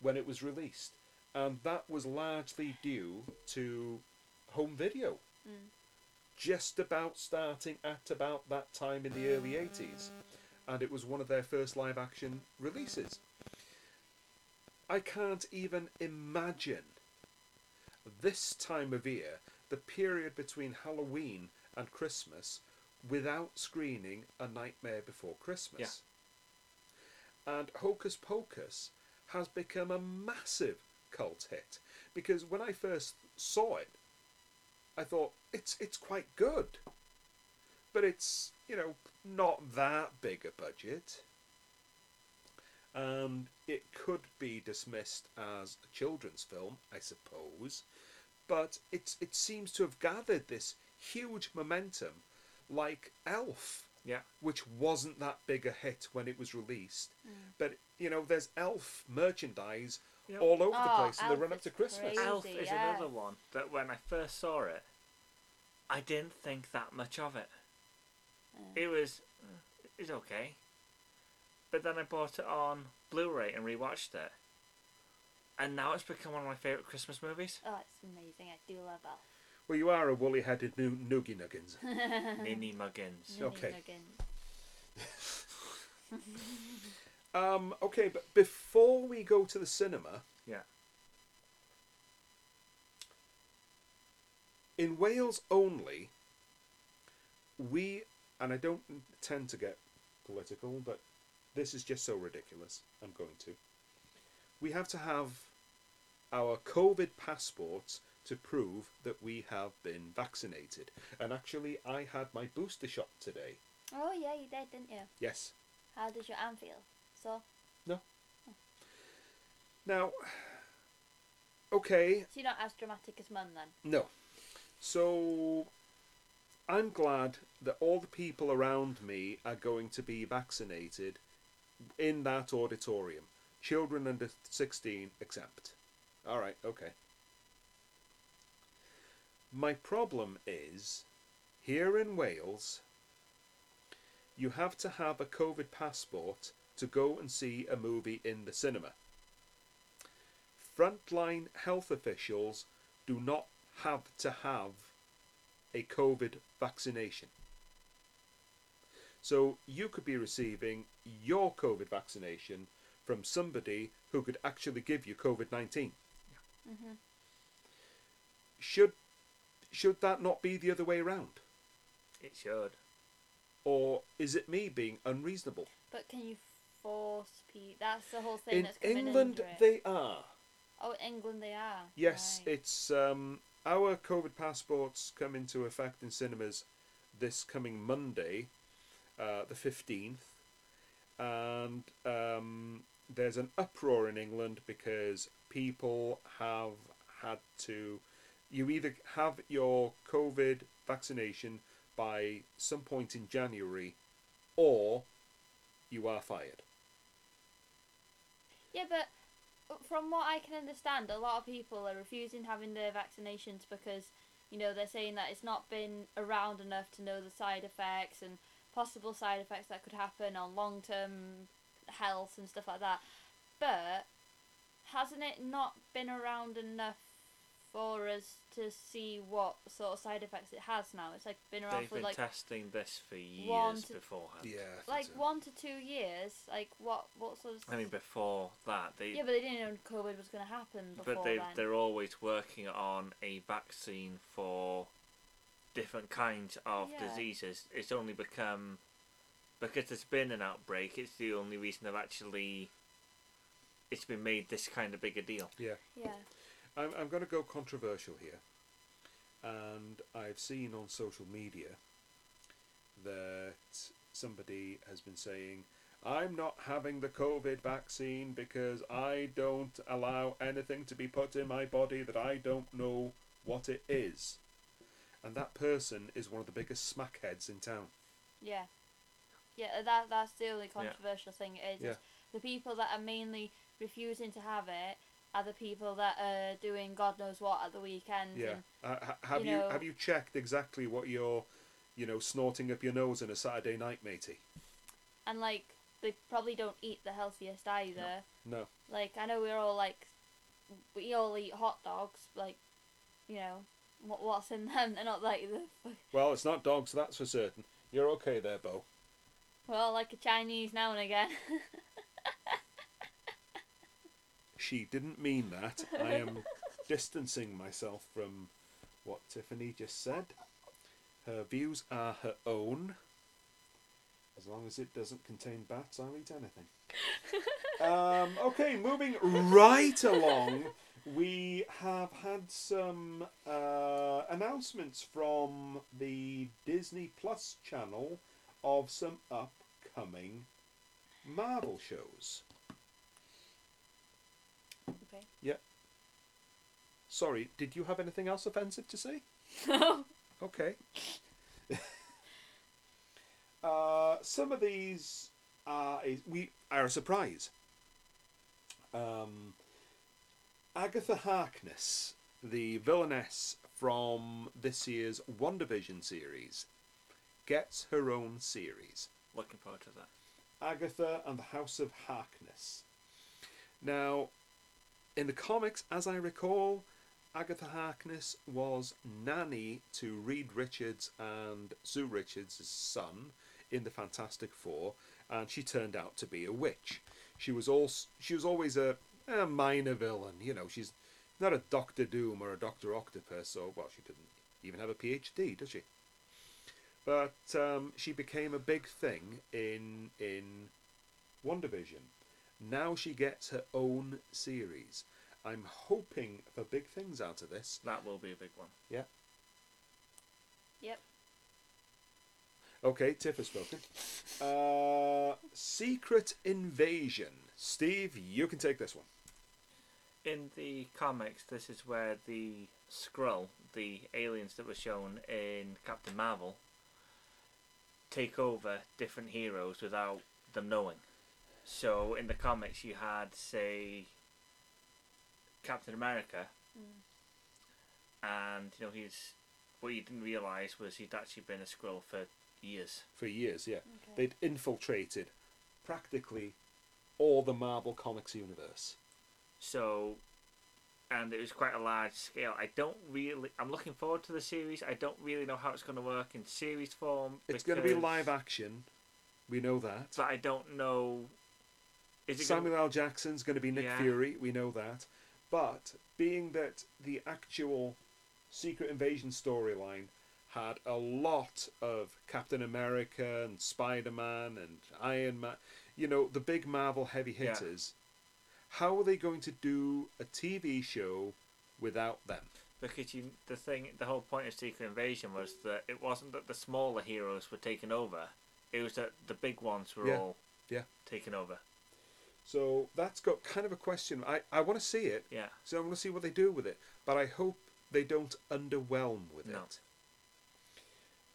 S1: when it was released, and that was largely due to home video. just about starting at about that time in the early 80s, and it was one of their first live action releases. I can't even imagine this time of year, the period between Halloween and Christmas, without screening A Nightmare Before Christmas. And Hocus Pocus has become a massive cult hit because when I first saw it, I thought it's it's quite good, but it's you know not that big a budget. Um, it could be dismissed as a children's film, I suppose, but it's it seems to have gathered this huge momentum, like Elf,
S2: Yeah.
S1: which wasn't that big a hit when it was released,
S3: Mm.
S1: but you know there's Elf merchandise
S2: Yep.
S1: all over the
S3: Oh,
S1: place in the
S3: Elf
S1: run up
S3: is
S1: to Christmas.
S3: crazy.
S2: Elf is
S3: yeah.
S2: another one that when I first saw it, I didn't think that much of it. It was, it's okay. But then I bought it on Blu-ray and rewatched it, and now it's become one of my favorite Christmas movies.
S3: Oh, it's amazing. I do love Elf.
S1: Well, you are a woolly-headed noo- noogie nuggins.
S2: Ninny Muggins.
S3: Minnie
S1: Okay.
S3: Muggins.
S1: Um, okay, but before we go to the cinema,
S2: Yeah.
S1: in Wales only, we, and I don't tend to get political, but this is just so ridiculous. I'm going to. We have to have our COVID passports to prove that we have been vaccinated. And actually, I had my booster shot today.
S3: Oh yeah, you did, didn't you?
S1: Yes.
S3: How does your arm feel? So,
S1: No. Now, okay,
S3: so you're not as dramatic as Mum then.
S1: No. So I'm glad that all the people around me are going to be vaccinated in that auditorium. Children under 16 exempt. All right, okay. My problem is here in Wales, you have to have a COVID passport to go and see a movie in the cinema frontline health officials do not have to have a COVID vaccination. So you could be receiving your COVID vaccination from somebody who could actually give you COVID 19.
S3: Mm-hmm.
S1: Should, should that not be the other way around?
S2: It should.
S1: Or is it me being unreasonable?
S3: But can you force people? That's the whole thing
S1: In
S3: that's coming
S1: England,
S3: under it.
S1: they are.
S3: Oh, England, they are.
S1: Yes,
S3: Right.
S1: it's um, our COVID passports come into effect in cinemas this coming Monday, uh, the fifteenth, and um, there's an uproar in England because people have had to. You either have your COVID vaccination by some point in January, or you are fired.
S3: Yeah, but uh, from what I can understand, a lot of people are refusing having their vaccinations because you know they're saying that it's not been around enough to know the side effects and possible side effects that could happen on long term health and stuff like that. But hasn't it not been around enough for us to see what sort of side effects it has now? It's like been around
S2: They've
S3: for
S2: been
S3: like
S2: testing this for years
S3: one to-
S2: beforehand.
S3: like one to two years. Like what what sort of
S2: I mean, before that, they
S3: yeah, but they didn't know COVID was going to happen before
S2: but they
S3: then.
S2: they're always working on a vaccine for different kinds of
S3: Yeah.
S2: diseases. It's only become because there's been an outbreak. It's the only reason they've actually it's been made this kind of big a deal.
S1: Yeah.
S3: Yeah.
S1: I'm, I'm going to go controversial here. And I've seen on social media that somebody has been saying, I'm not having the COVID vaccine because I don't allow anything to be put in my body that I don't know what it is. And that person is one of the biggest smackheads in town.
S3: Yeah. Yeah, uh, that that's the only controversial thing it is,
S1: Yeah.
S3: is the people that are mainly refusing to have it are the people that are doing God knows what at the weekend.
S1: Yeah.
S3: and-
S1: Uh, ha- have
S3: you
S1: you,
S3: know-
S1: have you checked exactly what you're, you know, snorting up your nose on a Saturday night, matey?
S3: And like they probably don't eat the healthiest either.
S1: No.
S3: Like I know we're all like we all eat hot dogs, like you know, What, what's in them? They're not like the. fu-
S1: Well, it's not dogs, that's for certain. You're okay there, Bo.
S3: Well, like a Chinese now and again.
S1: She didn't mean that. I am distancing myself from what Tiffany just said. Her views are her own. As long as it doesn't contain bats, I'll eat anything. um, okay, moving right along, we have had some uh, announcements from the Disney Plus channel of some upcoming Marvel shows.
S3: okay.
S1: Yeah. Sorry, did you have anything else offensive to say?
S3: No.
S1: Okay. uh, some of these are is, we are a surprise. Um, Agatha Harkness, the villainess from this year's WandaVision series, gets her own series.
S2: Looking forward to that.
S1: Agatha and the House of Harkness. Now, in the comics, as I recall, Agatha Harkness was nanny to Reed Richards and Sue Richards' son in the Fantastic Four, and she turned out to be a witch. She was also, she was always a, a minor villain, you know. She's not a Doctor Doom or a Doctor Octopus, or well, she didn't even have a PhD, does she? but um, she became a big thing in in One Division. Now she gets her own series. I'm hoping for big things out of this.
S2: That will be a big one.
S1: Yeah.
S3: Yep.
S1: Okay, Tiff has spoken. Uh, Secret Invasion. Steve, you can take this one.
S2: In the comics, this is where the Skrull, the aliens that were shown in Captain Marvel, take over different heroes without them knowing. So in the comics, you had, say, Captain America, and you know he's what you didn't realize was he'd actually been a Skrull for years.
S1: For years, yeah.
S3: Okay.
S1: They'd infiltrated practically all the Marvel Comics universe.
S2: So, and it was quite a large scale. I don't really. I'm looking forward to the series. I don't really know how it's going to work in series form.
S1: It's going to be
S2: because-
S1: live action. We know that.
S2: But I don't know. Is it
S1: Samuel
S2: gonna,
S1: L. Jackson's going to be Nick
S2: Yeah.
S1: Fury. We know that. But being that the actual Secret Invasion storyline had a lot of Captain America and Spider Man and Iron Man, you know, the big Marvel heavy
S2: Yeah.
S1: hitters, how are they going to do a TV show without them?
S2: because you the thing the whole point of Secret Invasion was that it wasn't that the smaller heroes were taken over. It was that the big ones were
S1: Yeah.
S2: all
S1: Yeah.
S2: taken over.
S1: So that's got kind of a question. I, I want to see it,
S2: Yeah.
S1: so I want to see what they do with it. But I hope they don't underwhelm with
S2: No.
S1: it.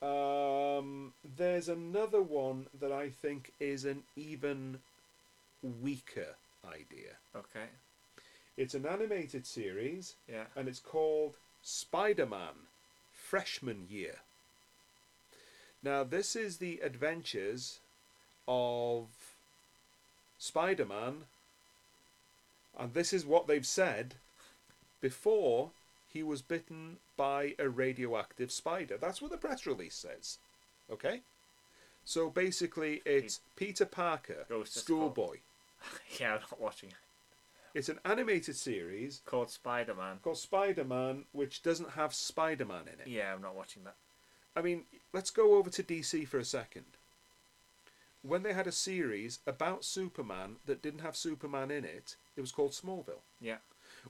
S1: Um, there's another one that I think is an even weaker idea.
S2: Okay.
S1: It's an animated series
S2: Yeah.
S1: and it's called Spider Man Freshman Year. Now, this is the adventures of Spider Man, and this is what they've said before he was bitten by a radioactive spider. That's what the press release says. Okay? So basically, it's Peter Parker,
S2: Goes to school.
S1: schoolboy.
S2: yeah. I'm not watching. it.
S1: It's an animated series
S2: Called Spider Man.
S1: called Spider Man, which doesn't have Spider Man in it.
S2: Yeah, I'm not watching that.
S1: I mean, let's go over to DC for a second. When they had a series about Superman that didn't have Superman in it, it was called Smallville.
S2: Yeah.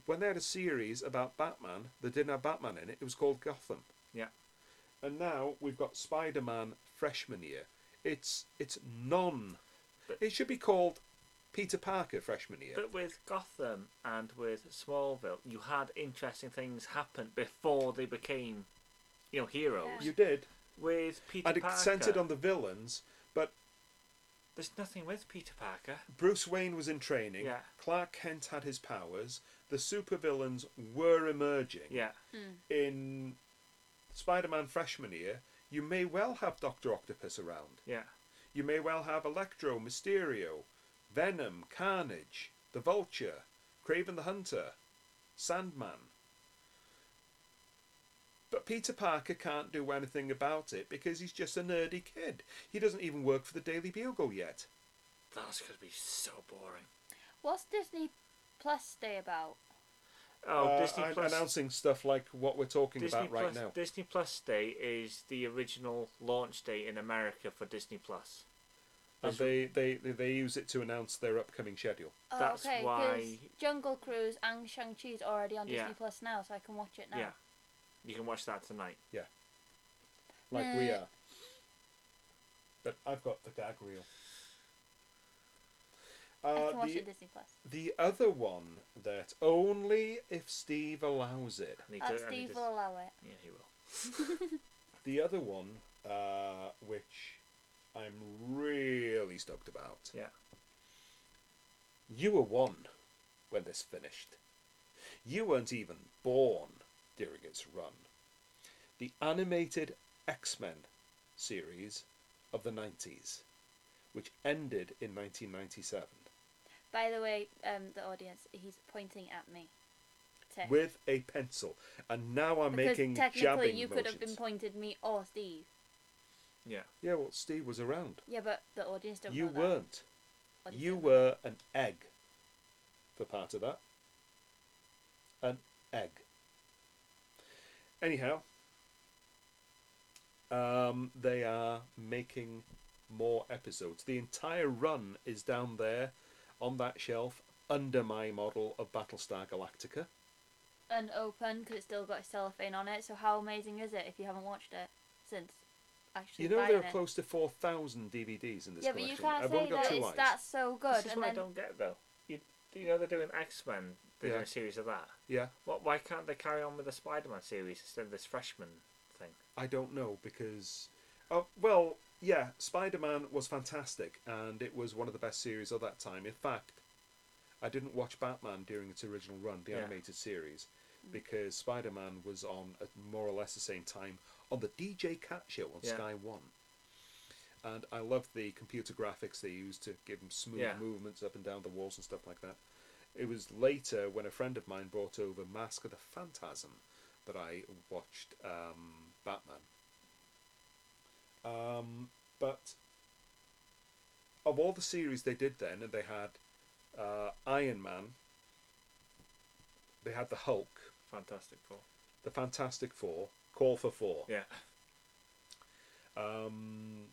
S1: When they had a series about Batman that didn't have Batman in it, it was called Gotham.
S2: Yeah.
S1: And now we've got Spider Man freshman year. It's it's non. It should be called Peter Parker freshman year.
S2: But with Gotham and with Smallville, you had interesting things happen before they became, you know, heroes.
S3: Yeah.
S1: You did.
S2: With Peter
S1: I'd
S2: Parker,
S1: accented on the villains, but
S2: there's nothing with Peter Parker.
S1: Bruce Wayne was in training.
S2: Yeah.
S1: Clark Kent had his powers. The supervillains were emerging.
S2: Yeah.
S1: In Spider-Man freshman year, you may well have Doctor Octopus around.
S2: Yeah.
S1: You may well have Electro, Mysterio, Venom, Carnage, the Vulture, Craven the Hunter, Sandman. But Peter Parker can't do anything about it because he's just a nerdy kid. He doesn't even work for the Daily Bugle yet.
S2: That's going to be so boring.
S3: What's Disney Plus Day about?
S2: Oh,
S1: Uh,
S2: Disney
S1: I'm
S2: Plus.
S1: announcing stuff like what we're talking
S2: Disney
S1: about right
S2: Plus,
S1: now.
S2: Disney Plus Day is the original launch day in America for Disney Plus.
S1: And they, they, they, they use it to announce their upcoming schedule.
S3: Oh,
S2: That's
S3: okay, 'cause
S2: why-
S3: Jungle Cruise and Shang Chi's already on
S2: Yeah.
S3: Disney Plus now, so I can watch it now.
S2: Yeah, you can watch that tonight.
S1: Like we
S3: Nah.
S1: are. But I've got the gag reel.
S3: I can
S1: Uh,
S3: watch
S1: the,
S3: it Disney Plus.
S1: the other one that only if Steve allows it.
S2: I need
S3: Uh,
S2: to- I need
S3: Steve
S2: to-
S3: will allow it.
S2: Yeah, he will.
S1: The other one, uh, which I'm really stoked about.
S2: Yeah.
S1: You were one when this finished. You weren't even born during its run. The animated X Men series of the 90s, which ended in 1997,
S3: By the way, um, the audience, he's pointing at me. Tick.
S1: with a pencil. And now I'm
S3: because
S1: making
S3: technically,
S1: jabbing
S3: you could have
S1: motions.
S3: been pointed me or Steve.
S2: Yeah.
S1: yeah, well, Steve was around.
S3: Yeah, but the audience don't.
S1: you
S3: know that.
S1: weren't.
S3: Audience
S1: You
S3: don't-
S1: were an egg for part of that. An egg. Anyhow, um, they are making more episodes. The entire run is down there on that shelf under my model of Battlestar Galactica.
S3: unopened because it's still got cellophane on it. So how amazing is it if you haven't watched it since actually
S1: You know
S3: buying
S1: there
S3: it?
S1: are close to 4,000 DVDs in this
S3: yeah, but
S1: collection.
S3: you can't
S1: I've
S3: say
S1: only got
S3: that
S1: two
S3: it's,
S1: eyes.
S3: that's so good.
S2: This is
S3: and
S2: what
S3: then
S2: I don't get though. You, you know they're doing X Men. They're
S1: Yeah.
S2: doing a series of that.
S1: Yeah,
S2: What? Why can't they carry on with the Spider Man series instead of this Freshman thing?
S1: I don't know because, oh well, yeah, Spider Man was fantastic and it was one of the best series of that time. In fact, I didn't watch Batman during its original run, the
S2: Yeah. Mm.
S1: animated series, because Spider Man was on at more or less the same time on the DJ Cat show on
S2: Yeah.
S1: Sky One. And I love the computer graphics they used to give him smooth
S2: Yeah.
S1: movements up and down the walls and stuff like that. It was later when a friend of mine brought over Mask of the Phantasm that I watched um, Batman. Um, but of all the series they did then, and they had uh, Iron Man, they had the Hulk,
S2: Fantastic Four.
S1: the Fantastic Four, Call for Four.
S2: Yeah.
S1: Um,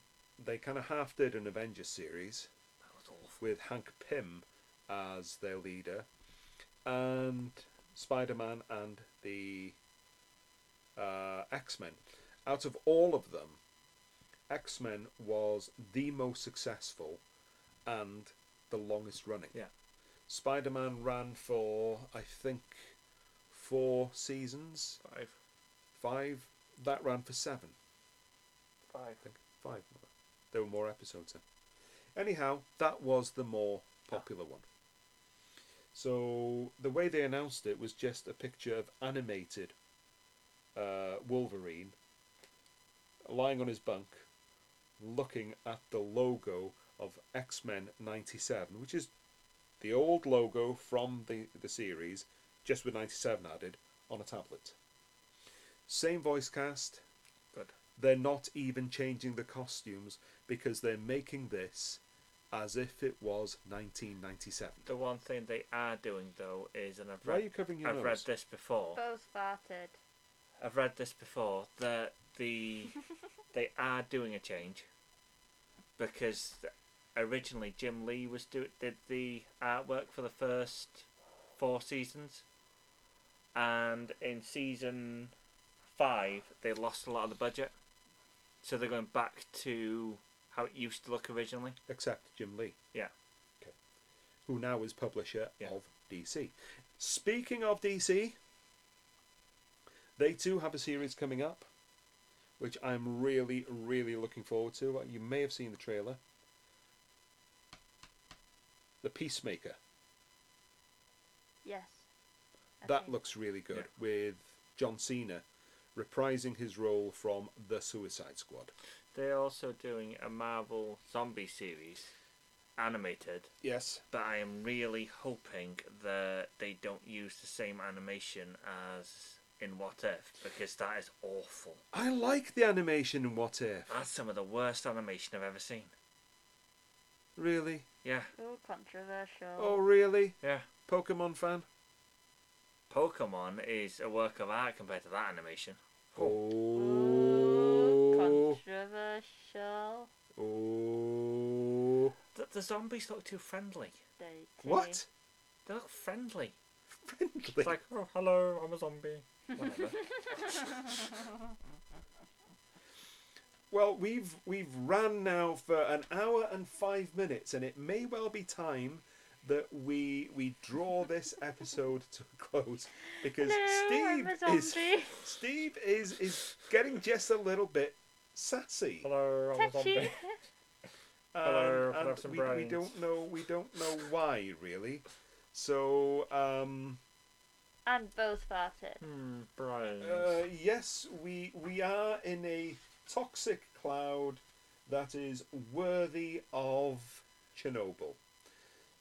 S1: they kind of half did an Avengers series
S2: That was awful.
S1: with Hank Pym as their leader, and Spider Man and the uh, X Men. Out of all of them, X Men was the most successful and the longest running.
S2: Yeah.
S1: Spider Man ran for, I think, four seasons,
S2: Five.
S1: five. That ran for seven
S2: Five.
S1: think five. were there? There were more episodes. Then. Anyhow, that was the more popular one. So the way they announced it was just a picture of animated uh, Wolverine lying on his bunk, looking at the logo of X Men '97, which is the old logo from the the series, just with '97 added on a tablet. Same voice cast,
S2: Good.
S1: they're not even changing the costumes because they're making this as if it was 1997.
S2: The one thing they are doing though is, and I've
S1: Why are
S2: read,
S1: you covering your
S2: I've
S1: nose?
S2: read this before.
S3: both farted.
S2: I've read this before that the they are doing a change because originally Jim Lee was do did the artwork for the first four seasons, and in season five they lost a lot of the budget, so they're going back to how it used to look originally.
S1: Except Jim Lee,
S2: Yeah,
S1: who now is publisher
S2: Yeah.
S1: of DC. Speaking of DC, they too have a series coming up, which I'm really, really looking forward to. You may have seen the trailer. The Peacemaker.
S3: Yes. I
S1: That
S3: think.
S1: looks really good
S2: Yeah.
S1: with John Cena reprising his role from The Suicide Squad.
S2: they're also doing a Marvel zombie series, animated.
S1: Yes.
S2: but I am really hoping that they don't use the same animation as in What If because that is awful.
S1: I like the animation in What If.
S2: That's some of the worst animation I've ever seen.
S1: Really?
S2: Yeah,
S3: Oh, controversial.
S1: Oh, really?
S2: yeah.
S1: Pokemon fan?
S2: Pokemon is a work of art compared to that animation.
S1: Oh.
S3: controversial.
S1: Oh.
S2: The, the zombies look too friendly.
S1: What?
S2: They look friendly.
S1: Friendly.
S2: It's like, oh, hello, I'm a zombie. Whatever.
S1: Well, we've we've ran now for an hour and five minutes, and it may well be time that we we draw this episode to a close because Steve is Steve is is getting just a little bit sassy.
S2: hello, I'm a zombie.
S1: and-
S2: Hello,
S1: and
S2: perhaps some
S1: we, we
S2: brains.
S1: don't know we don't know why really. So um,
S3: And both farted.
S2: Hmm, Brian.
S1: uh, yes, we we are in a toxic cloud that is worthy of Chernobyl.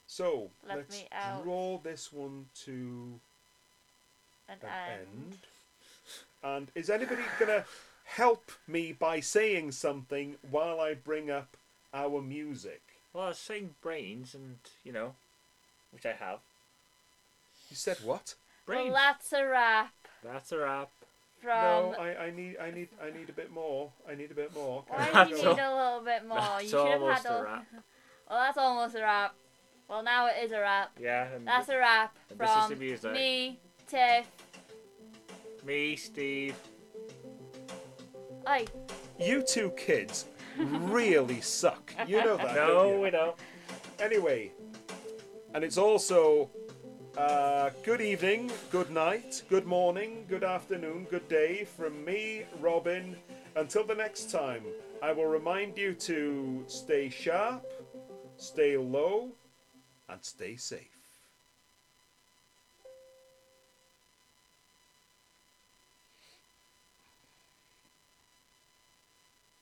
S1: So
S3: Let
S1: let's
S3: me out.
S1: draw this one to
S3: An
S1: an
S3: end.
S1: end. And is anybody gonna help me by saying something while I bring up our music?
S2: well, I was saying brains, and you know, which I have.
S1: You said what?
S3: Well,
S2: Brains.
S3: that's a wrap
S2: That's a wrap.
S3: from.
S1: no, I, I need I need I need a bit more. I need a bit more. Can
S3: Why
S1: I
S3: do
S1: go?
S3: you
S2: That's
S3: need
S2: all-
S3: a little bit more? you
S2: That's
S3: should have
S2: almost
S3: had
S2: a
S3: all.
S2: wrap.
S3: Well, that's almost a wrap. Well, now it is a wrap.
S2: Yeah, and
S3: That's a wrap
S2: And this is
S3: from
S2: the music.
S3: me, Tiff.
S2: me, Steve.
S3: Oi,
S1: You two kids really suck. You know that.
S2: No,
S1: don't
S2: we
S1: you?
S2: don't.
S1: Anyway, and it's also uh, good evening, good night, good morning, good afternoon, good day from me, Robin. Until the next time, I will remind you to stay sharp, stay low, and stay safe.